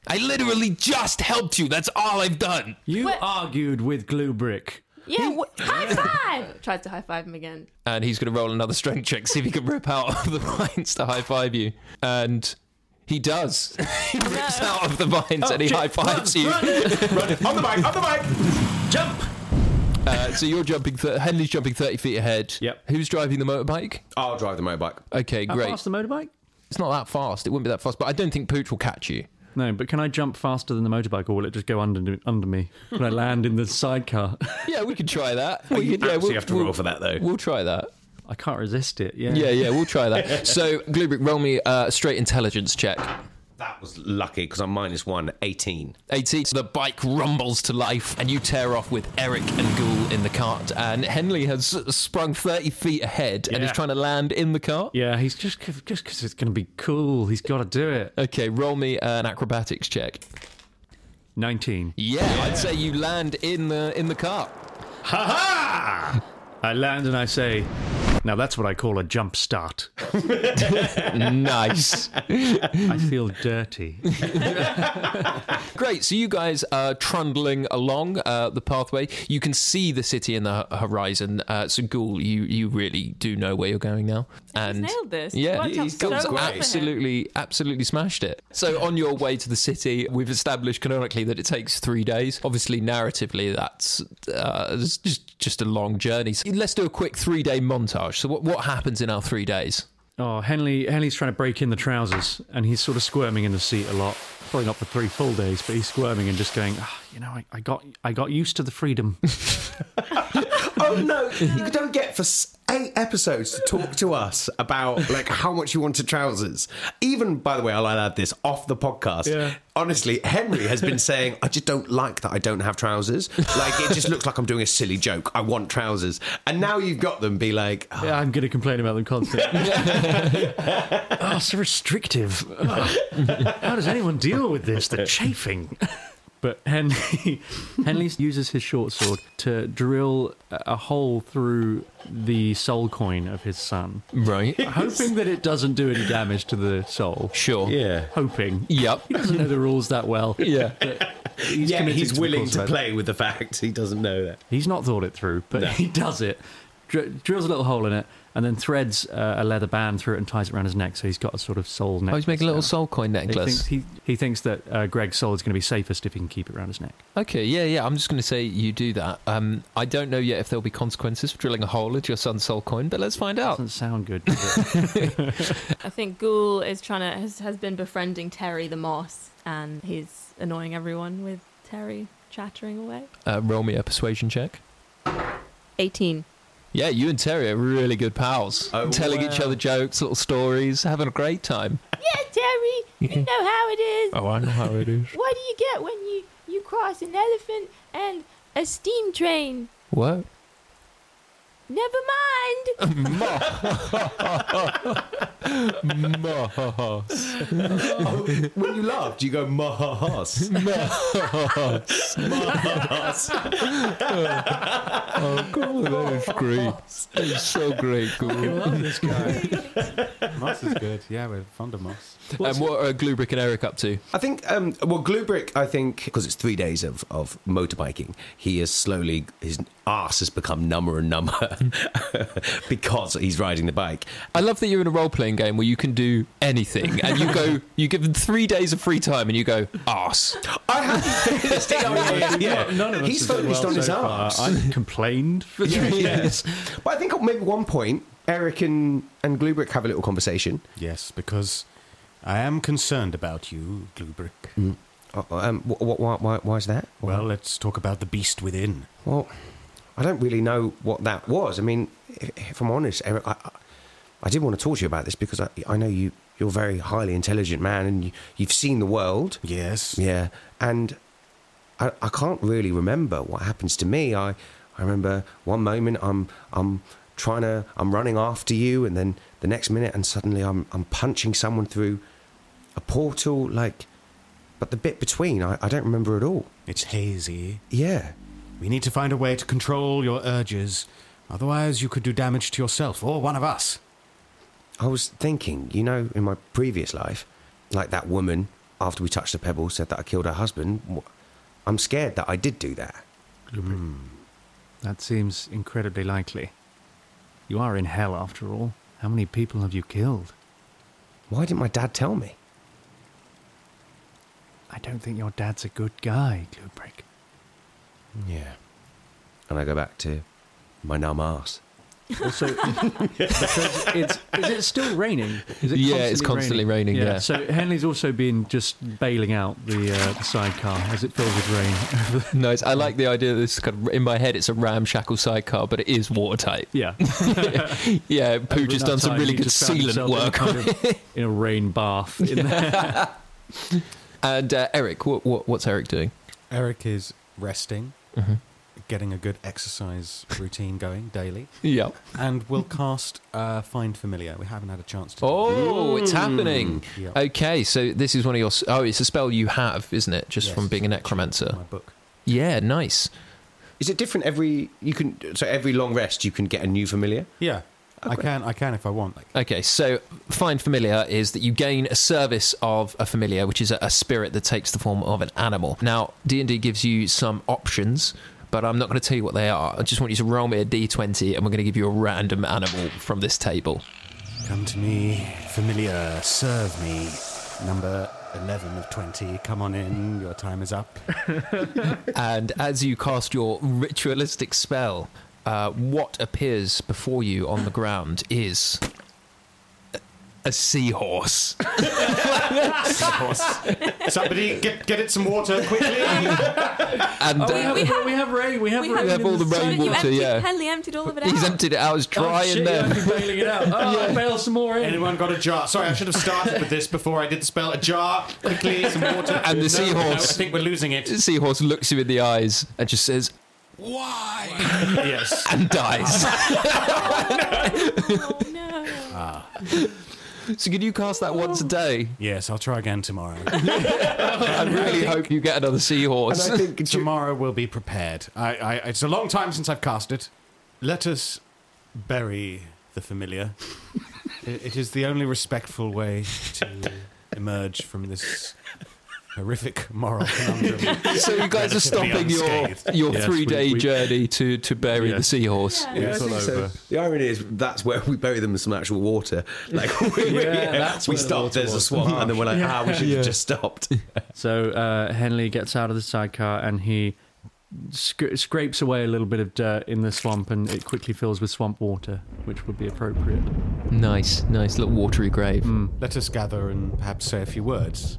Speaker 4: I literally just helped you. That's all I've done.
Speaker 7: You argued with glue brick.
Speaker 5: Yeah, wh- high five! [laughs] Tries to high five him again.
Speaker 4: And he's going to roll another strength check, see if he can rip out of the [laughs] vines to high five you. And he does. [laughs] he rips out of the vines
Speaker 6: Oh,
Speaker 4: and
Speaker 7: Oh,
Speaker 4: he high fives you.
Speaker 6: on the bike, on the bike!
Speaker 7: Jump!
Speaker 4: Uh, so you're jumping, th- Henley's jumping 30 feet ahead. Yep. Who's driving the motorbike?
Speaker 6: I'll drive the motorbike.
Speaker 4: Okay,
Speaker 7: How
Speaker 4: great.
Speaker 7: fast the motorbike?
Speaker 4: It's not that fast. It wouldn't be that fast, but I don't think Pooch will catch you.
Speaker 7: No, but can I jump faster than the motorbike, or will it just go under under me? Can I land in the sidecar?
Speaker 4: Yeah, we could try
Speaker 6: [laughs]
Speaker 4: that.
Speaker 7: Well,
Speaker 4: We
Speaker 7: you
Speaker 4: could- yeah,
Speaker 7: absolutely have to roll for that, though.
Speaker 4: We'll try that.
Speaker 7: I can't resist it. Yeah,
Speaker 4: Yeah, yeah, we'll try that.
Speaker 6: [laughs]
Speaker 7: [laughs]
Speaker 4: so, Glubrick, roll me uh, a straight intelligence check.
Speaker 6: That was lucky because I'm minus one, 18.
Speaker 4: 18. So the bike rumbles to life, and you tear off with Eric and Ghoul in the cart. And Henley has s- sprung 30 feet ahead and is
Speaker 7: Yeah.
Speaker 4: trying to land in the cart.
Speaker 7: Yeah, he's just just because it's going to be cool. He's got to do it.
Speaker 4: Okay, roll me an acrobatics check.
Speaker 7: 19.
Speaker 4: Yeah, I'd say you land in the in the cart.
Speaker 7: Ha ha! I land and I say, now that's what I call a jump start.
Speaker 4: [laughs] nice.
Speaker 7: I feel dirty.
Speaker 4: Great. So you guys are trundling along uh, the pathway. You can see the city in the h- horizon. Uh, so Ghoul, you you really do know where you're going now. And
Speaker 5: nailed this.
Speaker 4: Yeah,
Speaker 5: Worked out
Speaker 4: he's
Speaker 5: so
Speaker 4: Ghoul's
Speaker 5: well for him.
Speaker 4: absolutely absolutely smashed it. So on your way to the city, we've established canonically that it takes three days. Obviously, narratively, that's uh, it's just just a long journey. So let's do a quick three day montage. So what what happens in our three days?
Speaker 7: Oh, Henley Henley's trying to break in the trousers and he's sort of squirming in the seat a lot. Probably not for three full days, but he's squirming and just going, "Ah, you know, I, I got I got used to the freedom.
Speaker 6: oh no, you don't get for s- eight episodes to talk to us about like how much you wanted trousers. Even by the way, I'll add this off the podcast.
Speaker 14: Yeah.
Speaker 6: Honestly, Henry has been saying, I just don't like that I don't have trousers. Like it just looks like I'm doing a silly joke. I want trousers. And now you've got them be like
Speaker 7: Yeah,
Speaker 6: [laughs]
Speaker 7: I'm going to complain about them constantly.
Speaker 4: [laughs]
Speaker 7: oh, so restrictive. Oh, how does anyone deal with this? The chafing. But Henley, [laughs] Henley uses his short sword to drill a a hole through the soul coin of his son.
Speaker 4: Right.
Speaker 7: Hoping that it doesn't do any damage to the soul.
Speaker 4: Sure.
Speaker 6: Yeah.
Speaker 7: Hoping.
Speaker 4: Yep.
Speaker 7: He doesn't know the rules that well.
Speaker 4: Yeah.
Speaker 7: [laughs] He's
Speaker 6: Yeah,
Speaker 7: committed
Speaker 6: he's
Speaker 7: to the
Speaker 6: willing
Speaker 7: cause
Speaker 6: to
Speaker 7: of it.
Speaker 6: play with the fact he doesn't know that.
Speaker 7: He's not thought it through, but
Speaker 6: No.
Speaker 7: [laughs] he does it. Dr- drills a little hole in it and then threads uh, a leather band through it and ties it around his neck, so he's got a sort of soul
Speaker 6: Oh,
Speaker 7: necklace.
Speaker 4: making a little
Speaker 7: now.
Speaker 4: soul coin necklace.
Speaker 7: He thinks, he, he thinks that uh, Greg's soul is going to be safest if he can keep it around his
Speaker 6: [laughs]
Speaker 7: neck.
Speaker 4: Okay, yeah, yeah. I'm just going to say you do that. Um, I don't know yet if there'll be consequences for drilling a hole into your son's soul coin, but let's find out. Doesn't
Speaker 7: sound good.
Speaker 5: I think Ghoul is trying to has, has been befriending Terry the Moss, and he's annoying everyone with Terry chattering away.
Speaker 4: [laughs] uh, roll me a persuasion check.
Speaker 5: Eighteen.
Speaker 4: Yeah, you and Terry are really good pals.
Speaker 5: Oh,
Speaker 4: telling each
Speaker 5: wow.
Speaker 4: other jokes, little stories, having a great time.
Speaker 3: Yeah, Terry, you know how it is.
Speaker 4: Oh, I know how it is.
Speaker 3: What do you get when you, you cross an elephant and a steam train?
Speaker 4: [laughs] What?
Speaker 3: Never mind.
Speaker 4: [laughs]
Speaker 6: Oh, when you laugh, do you go mahas? Mahas.
Speaker 4: Oh, cool. That is great. It's so great, cool.
Speaker 2: this guy. [laughs] Moss is good. Yeah, we're fond of Moss.
Speaker 4: And what are Glubrick and Eric up to?
Speaker 6: I think, um, well, Glubrick, I think, because it's three days of, of motorbiking, he is slowly, his ass has become number and number [laughs] because he's riding the bike.
Speaker 4: I love that you're in a role playing game where you can do anything and you go, you give them three days of free time and you go, arse.
Speaker 6: I have [laughs] yeah, yeah.
Speaker 7: None of us
Speaker 6: He's
Speaker 7: have done
Speaker 6: focused
Speaker 7: well
Speaker 6: on his
Speaker 7: so far.
Speaker 6: arse. [laughs]
Speaker 7: I've complained for
Speaker 6: Yeah,
Speaker 7: three
Speaker 6: yeah.
Speaker 7: years.
Speaker 6: But I think at maybe one point, Eric and, and Glubrick have a little conversation.
Speaker 2: Yes, because I am concerned about you, Glubrick.
Speaker 6: Uh, Um, wh- wh- why, why, why is that?
Speaker 2: Well, let's talk about the beast within.
Speaker 6: Well, I don't really know what that was. I mean, if, if I'm honest, Eric, I, I- I did want to talk to you about this because I, I know you, you're a very highly intelligent man and you, you've seen the world.
Speaker 2: Yes.
Speaker 6: Yeah. And I, I can't really remember what happens to me. I, I remember one moment I'm, I'm trying to, I'm running after you, and then the next minute, and suddenly I'm, I'm punching someone through a portal. Like, but the bit between, I, I don't remember at all.
Speaker 2: It's hazy.
Speaker 6: Yeah.
Speaker 2: We need to find a way to control your urges. Otherwise, you could do damage to yourself or one of us.
Speaker 6: I was thinking, you know, in my previous life, like that woman after we touched the pebble said that I killed her husband. wh- I'm scared that I did do that.
Speaker 7: Hmm. That seems incredibly likely. You are in hell, after all. How many people have you killed?
Speaker 6: Why didn't my dad tell me?
Speaker 7: I don't think your dad's a good guy, Glubrick. [laughs]
Speaker 6: Yeah. And I go back to my numb ass.
Speaker 7: Also, because [laughs] it's is it still raining? Is it
Speaker 4: Yeah, it's constantly raining, yeah.
Speaker 7: So Henley's also been just bailing out the, uh, the sidecar as it fills with [laughs] rain.
Speaker 4: nice. I like the idea. Of this kind of, in my head, it's a ramshackle sidecar, but it is watertight.
Speaker 7: Yeah,
Speaker 4: [laughs]
Speaker 7: [laughs]
Speaker 4: yeah. Pooch has done
Speaker 7: Over
Speaker 4: some
Speaker 7: that time,
Speaker 4: really
Speaker 7: he
Speaker 4: good
Speaker 7: just found
Speaker 4: sealant
Speaker 7: himself in a
Speaker 4: work on
Speaker 7: kind of-
Speaker 4: it.
Speaker 7: in a rain bath.
Speaker 4: [laughs]
Speaker 7: In there.
Speaker 4: and uh, Eric, what, what what's Eric doing?
Speaker 2: Eric is resting,
Speaker 4: Mhm.
Speaker 2: getting a good exercise routine going daily.
Speaker 4: Yep.
Speaker 2: And we'll cast uh, Find Familiar. We haven't had a chance to. do
Speaker 4: Oh,
Speaker 2: that. Mm.
Speaker 4: it's happening.
Speaker 2: Yep.
Speaker 4: Okay, so this is one of your. s- Oh, it's a spell you have, isn't it? Just
Speaker 6: Yes,
Speaker 4: from being a necromancer. My book. Yeah, nice.
Speaker 6: Is it different every you can so every long rest you can get a new familiar?
Speaker 2: Yeah. I can I can if I want. Like
Speaker 4: Okay, so find familiar is that you gain a service of a familiar, which is a, a spirit that takes the form of an animal. Now, D and D gives you some options, but I'm not going to tell you what they are. I just want you to roll me a d20, and we're going to give you a random animal from this table.
Speaker 2: Come to me, familiar, serve me. Number 11 of 20. Come on in, your time is up.
Speaker 4: and as you cast your ritualistic spell, uh, what appears before you on the ground is a- a seahorse.
Speaker 2: Somebody get, get it some water [laughs] quickly.
Speaker 4: And
Speaker 2: Oh,
Speaker 7: we,
Speaker 4: uh,
Speaker 7: have, we have rain. We have
Speaker 5: we
Speaker 7: rain.
Speaker 5: have-
Speaker 4: We have all the
Speaker 5: So
Speaker 4: rain
Speaker 5: you
Speaker 4: water,
Speaker 5: emptied-
Speaker 4: yeah.
Speaker 5: Henley emptied all of it
Speaker 4: he's
Speaker 5: out.
Speaker 4: emptied it out. It's dry in there.
Speaker 7: bailing it out. Oh, I bailed some more in.
Speaker 2: Anyone got a jar? Sorry, I should have started with this before I did the spell. A jar, quickly, some water.
Speaker 4: And the
Speaker 2: No, no, no, I
Speaker 4: seahorse-
Speaker 2: think we're losing it.
Speaker 4: Seahorse looks you in the eyes and just says,
Speaker 2: [laughs] yes.
Speaker 4: and dies.
Speaker 2: Ah.
Speaker 4: So could you cast that once a day?
Speaker 2: Yes, I'll try again tomorrow.
Speaker 4: [laughs] I really hope you get another seahorse.
Speaker 2: And I think tomorrow we'll be prepared. I, I, it's a long time since I've cast it. Let us bury the [laughs] familiar. it, it is the only respectful way to emerge from this horrific moral conundrum.
Speaker 4: so you guys are stopping your your three day journey to to bury the seahorse.
Speaker 6: I think so. The irony is that's where we bury them in some actual
Speaker 7: [laughs]
Speaker 6: water. Like we, we,
Speaker 7: Yeah, that's
Speaker 6: we
Speaker 7: where the
Speaker 6: stopped.
Speaker 7: water
Speaker 6: There's a
Speaker 7: was.
Speaker 6: swamp, and then we're like,
Speaker 7: [laughs] Yeah.
Speaker 6: ah, we should have
Speaker 7: Yeah.
Speaker 4: [laughs]
Speaker 6: just stopped.
Speaker 7: So uh, Henley gets out of the sidecar and he sc- scrapes away a little bit of dirt in the swamp, and it quickly fills with swamp water, which would be appropriate.
Speaker 4: Nice, nice little watery grave.
Speaker 2: Let us gather and perhaps say a few words.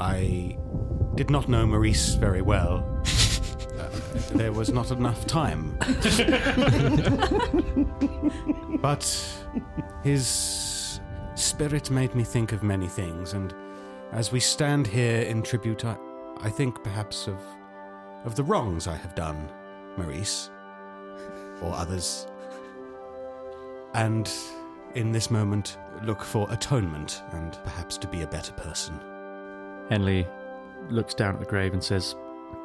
Speaker 2: I did not know Maurice very well. Uh, there was not enough time. but his spirit made me think of many things, and as we stand here in tribute, I, I think perhaps of of the wrongs I have done, Maurice, or others and in this moment look for atonement and perhaps to be a better person.
Speaker 7: Henley looks down at the grave and says,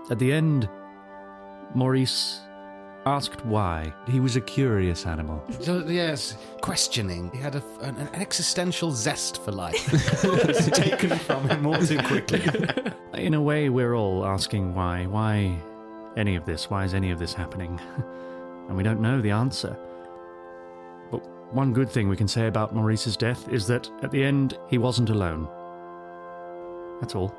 Speaker 7: At the end, Maurice asked why. He was a curious animal.
Speaker 2: yes, questioning. He had a, an, an existential zest for life. [laughs] it's taken from him all too
Speaker 7: [laughs]
Speaker 2: quickly.
Speaker 7: In a way, we're all asking why. Why any of this? Why is any of this happening? [laughs] and we don't know the answer. But one good thing we can say about Maurice's death is that at the end, he wasn't alone. That's all.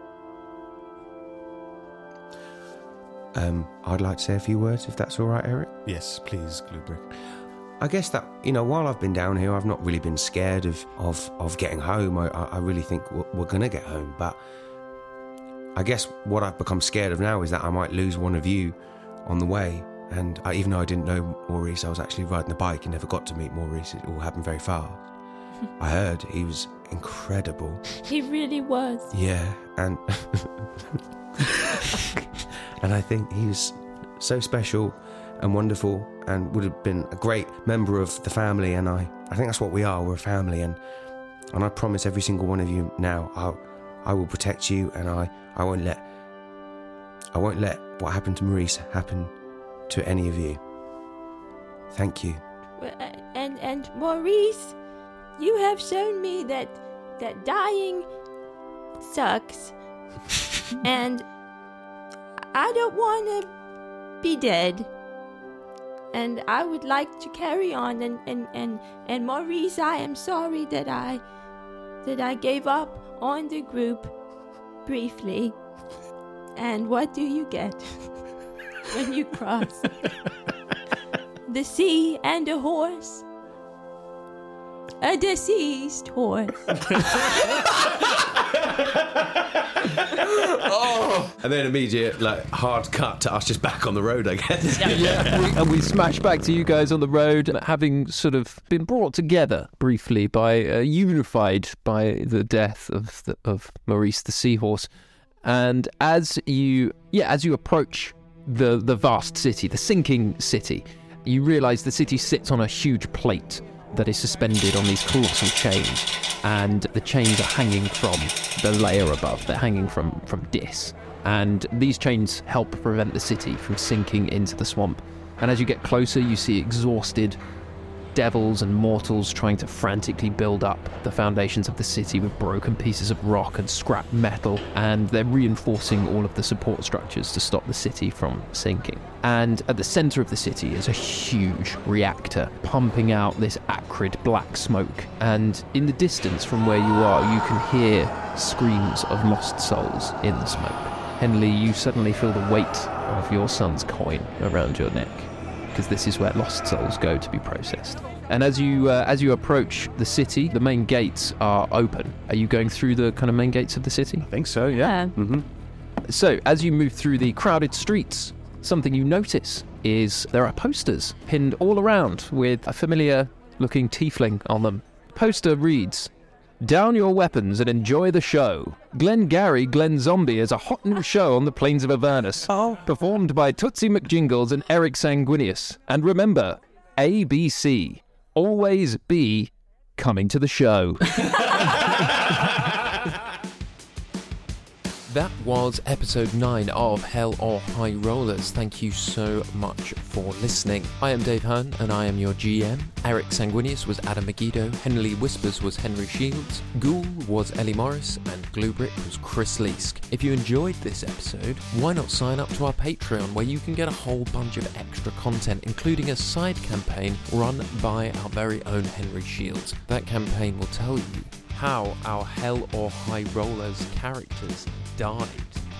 Speaker 6: Um, I'd like to say a few words, if that's all right, Eric.
Speaker 2: Yes, please, Glubrick.
Speaker 6: I guess that you know, while I've been down here, I've not really been scared of of of getting home. I I I really think we're, we're gonna get home, but I guess what I've become scared of now is that I might lose one of you on the way. And I, even though I didn't know Maurice, I was actually riding the bike and never got to meet Maurice. It all happened very fast. I heard he was incredible.
Speaker 3: He really was.
Speaker 6: Yeah, and [laughs] and I think he was so special and wonderful, and would have been a great member of the family. And I, I think that's what we are. We're a family, and and I promise every single one of you now, I, I will protect you, and I, I won't let, I won't let what happened to Maurice happen to any of you. Thank [laughs] you.
Speaker 3: Well, uh, And and Maurice, you have shown me that that dying sucks, and I don't want to be dead. And I would like to carry on. And, and and and Maurice, I am sorry that I that I gave up on the group briefly. And what do you get when you cross? the sea and a horse. A deceased horse. [laughs]
Speaker 6: Oh. And then immediate, like, hard cut to us just back on the road, I guess.
Speaker 4: We- [laughs] and we smash back to you guys on the road, having sort of been brought together briefly by uh, unified by the death of the, of Maurice the seahorse. And as you yeah, as you approach the the vast city, the sinking city, you realise the city sits on a huge plate that is suspended on these colossal chains, and the chains are hanging from the layer above. They're hanging from from Dis, and these chains help prevent the city from sinking into the swamp. And as you get closer, you see exhausted devils and mortals trying to frantically build up the foundations of the city with broken pieces of rock and scrap metal, and they're reinforcing all of the support structures to stop the city from sinking. And at the center of the city is a huge reactor pumping out this acrid black smoke, and in the distance from where you are, you can hear screams of lost souls in the smoke. Henley, you suddenly feel the weight of your son's coin around your neck because this is where lost souls go to be processed. And as you uh, as you approach the city, the main gates are open. Are you going through the kind of main gates of the city? I think so.
Speaker 12: Yeah.
Speaker 4: Mm-hmm. So as you move through the crowded streets, something you notice is there are posters pinned all around with a familiar-looking tiefling on them. Poster reads. Down your weapons and enjoy the show. Glengarry Glen Zombie is a hot new show on the plains of Avernus. Performed by Tootsie McJingles and Eric Sanguinius. And remember, ABC. Always be coming to the show. [laughs] That was episode 9 of Hell or High Rollers. Thank you so much for listening. I am Dave Hearn and I am your GM. Eric Sanguinius was Adam Megiddo, Henley Whispers was Henry Shields, Ghoul was Ellie Morris, and Gluebrick was Chris Leask. If you enjoyed this episode, why not sign up to our Patreon where you can get a whole bunch of extra content, including a side campaign run by our very own Henry Shields. That campaign will tell you how our Hell or High Rollers characters died.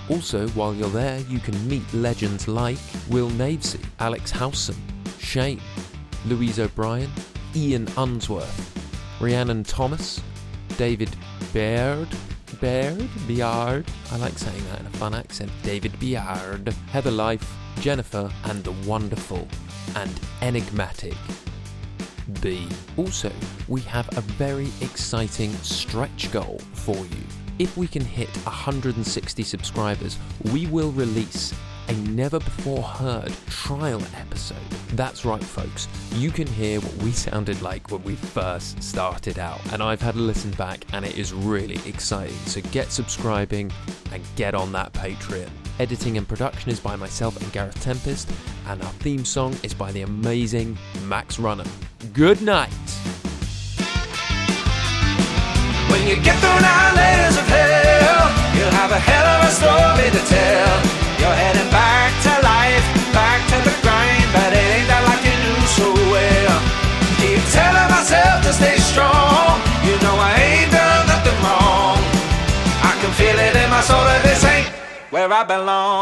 Speaker 4: Also, while you're there, you can meet legends like Will Navesy, Alex Howson, Shane, Louise O'Brien, Ian Unsworth, Rhiannon Thomas, David Baird, Baird, Beard, I like saying that in a fun accent, David Beard, Heather Life, Jennifer, and the wonderful and enigmatic B. Also, we have a very exciting stretch goal for you. If we can hit 160 subscribers, we will release a never before heard trial episode. That's right, folks. You can hear what we sounded like when we first started out. And I've had a listen back, and it is really exciting. So get subscribing and get on that Patreon. Editing and production is by myself and Gareth Tempest, and our theme song is by the amazing Max Runner. Good night.
Speaker 10: When you get through nine layers of hell, you'll have a hell of a story to tell. You're heading back to life, back to the grind, but it ain't that like you knew so well. Keep telling myself to stay strong. You know I ain't done nothing wrong. I can feel it in my soul that this ain't where I belong.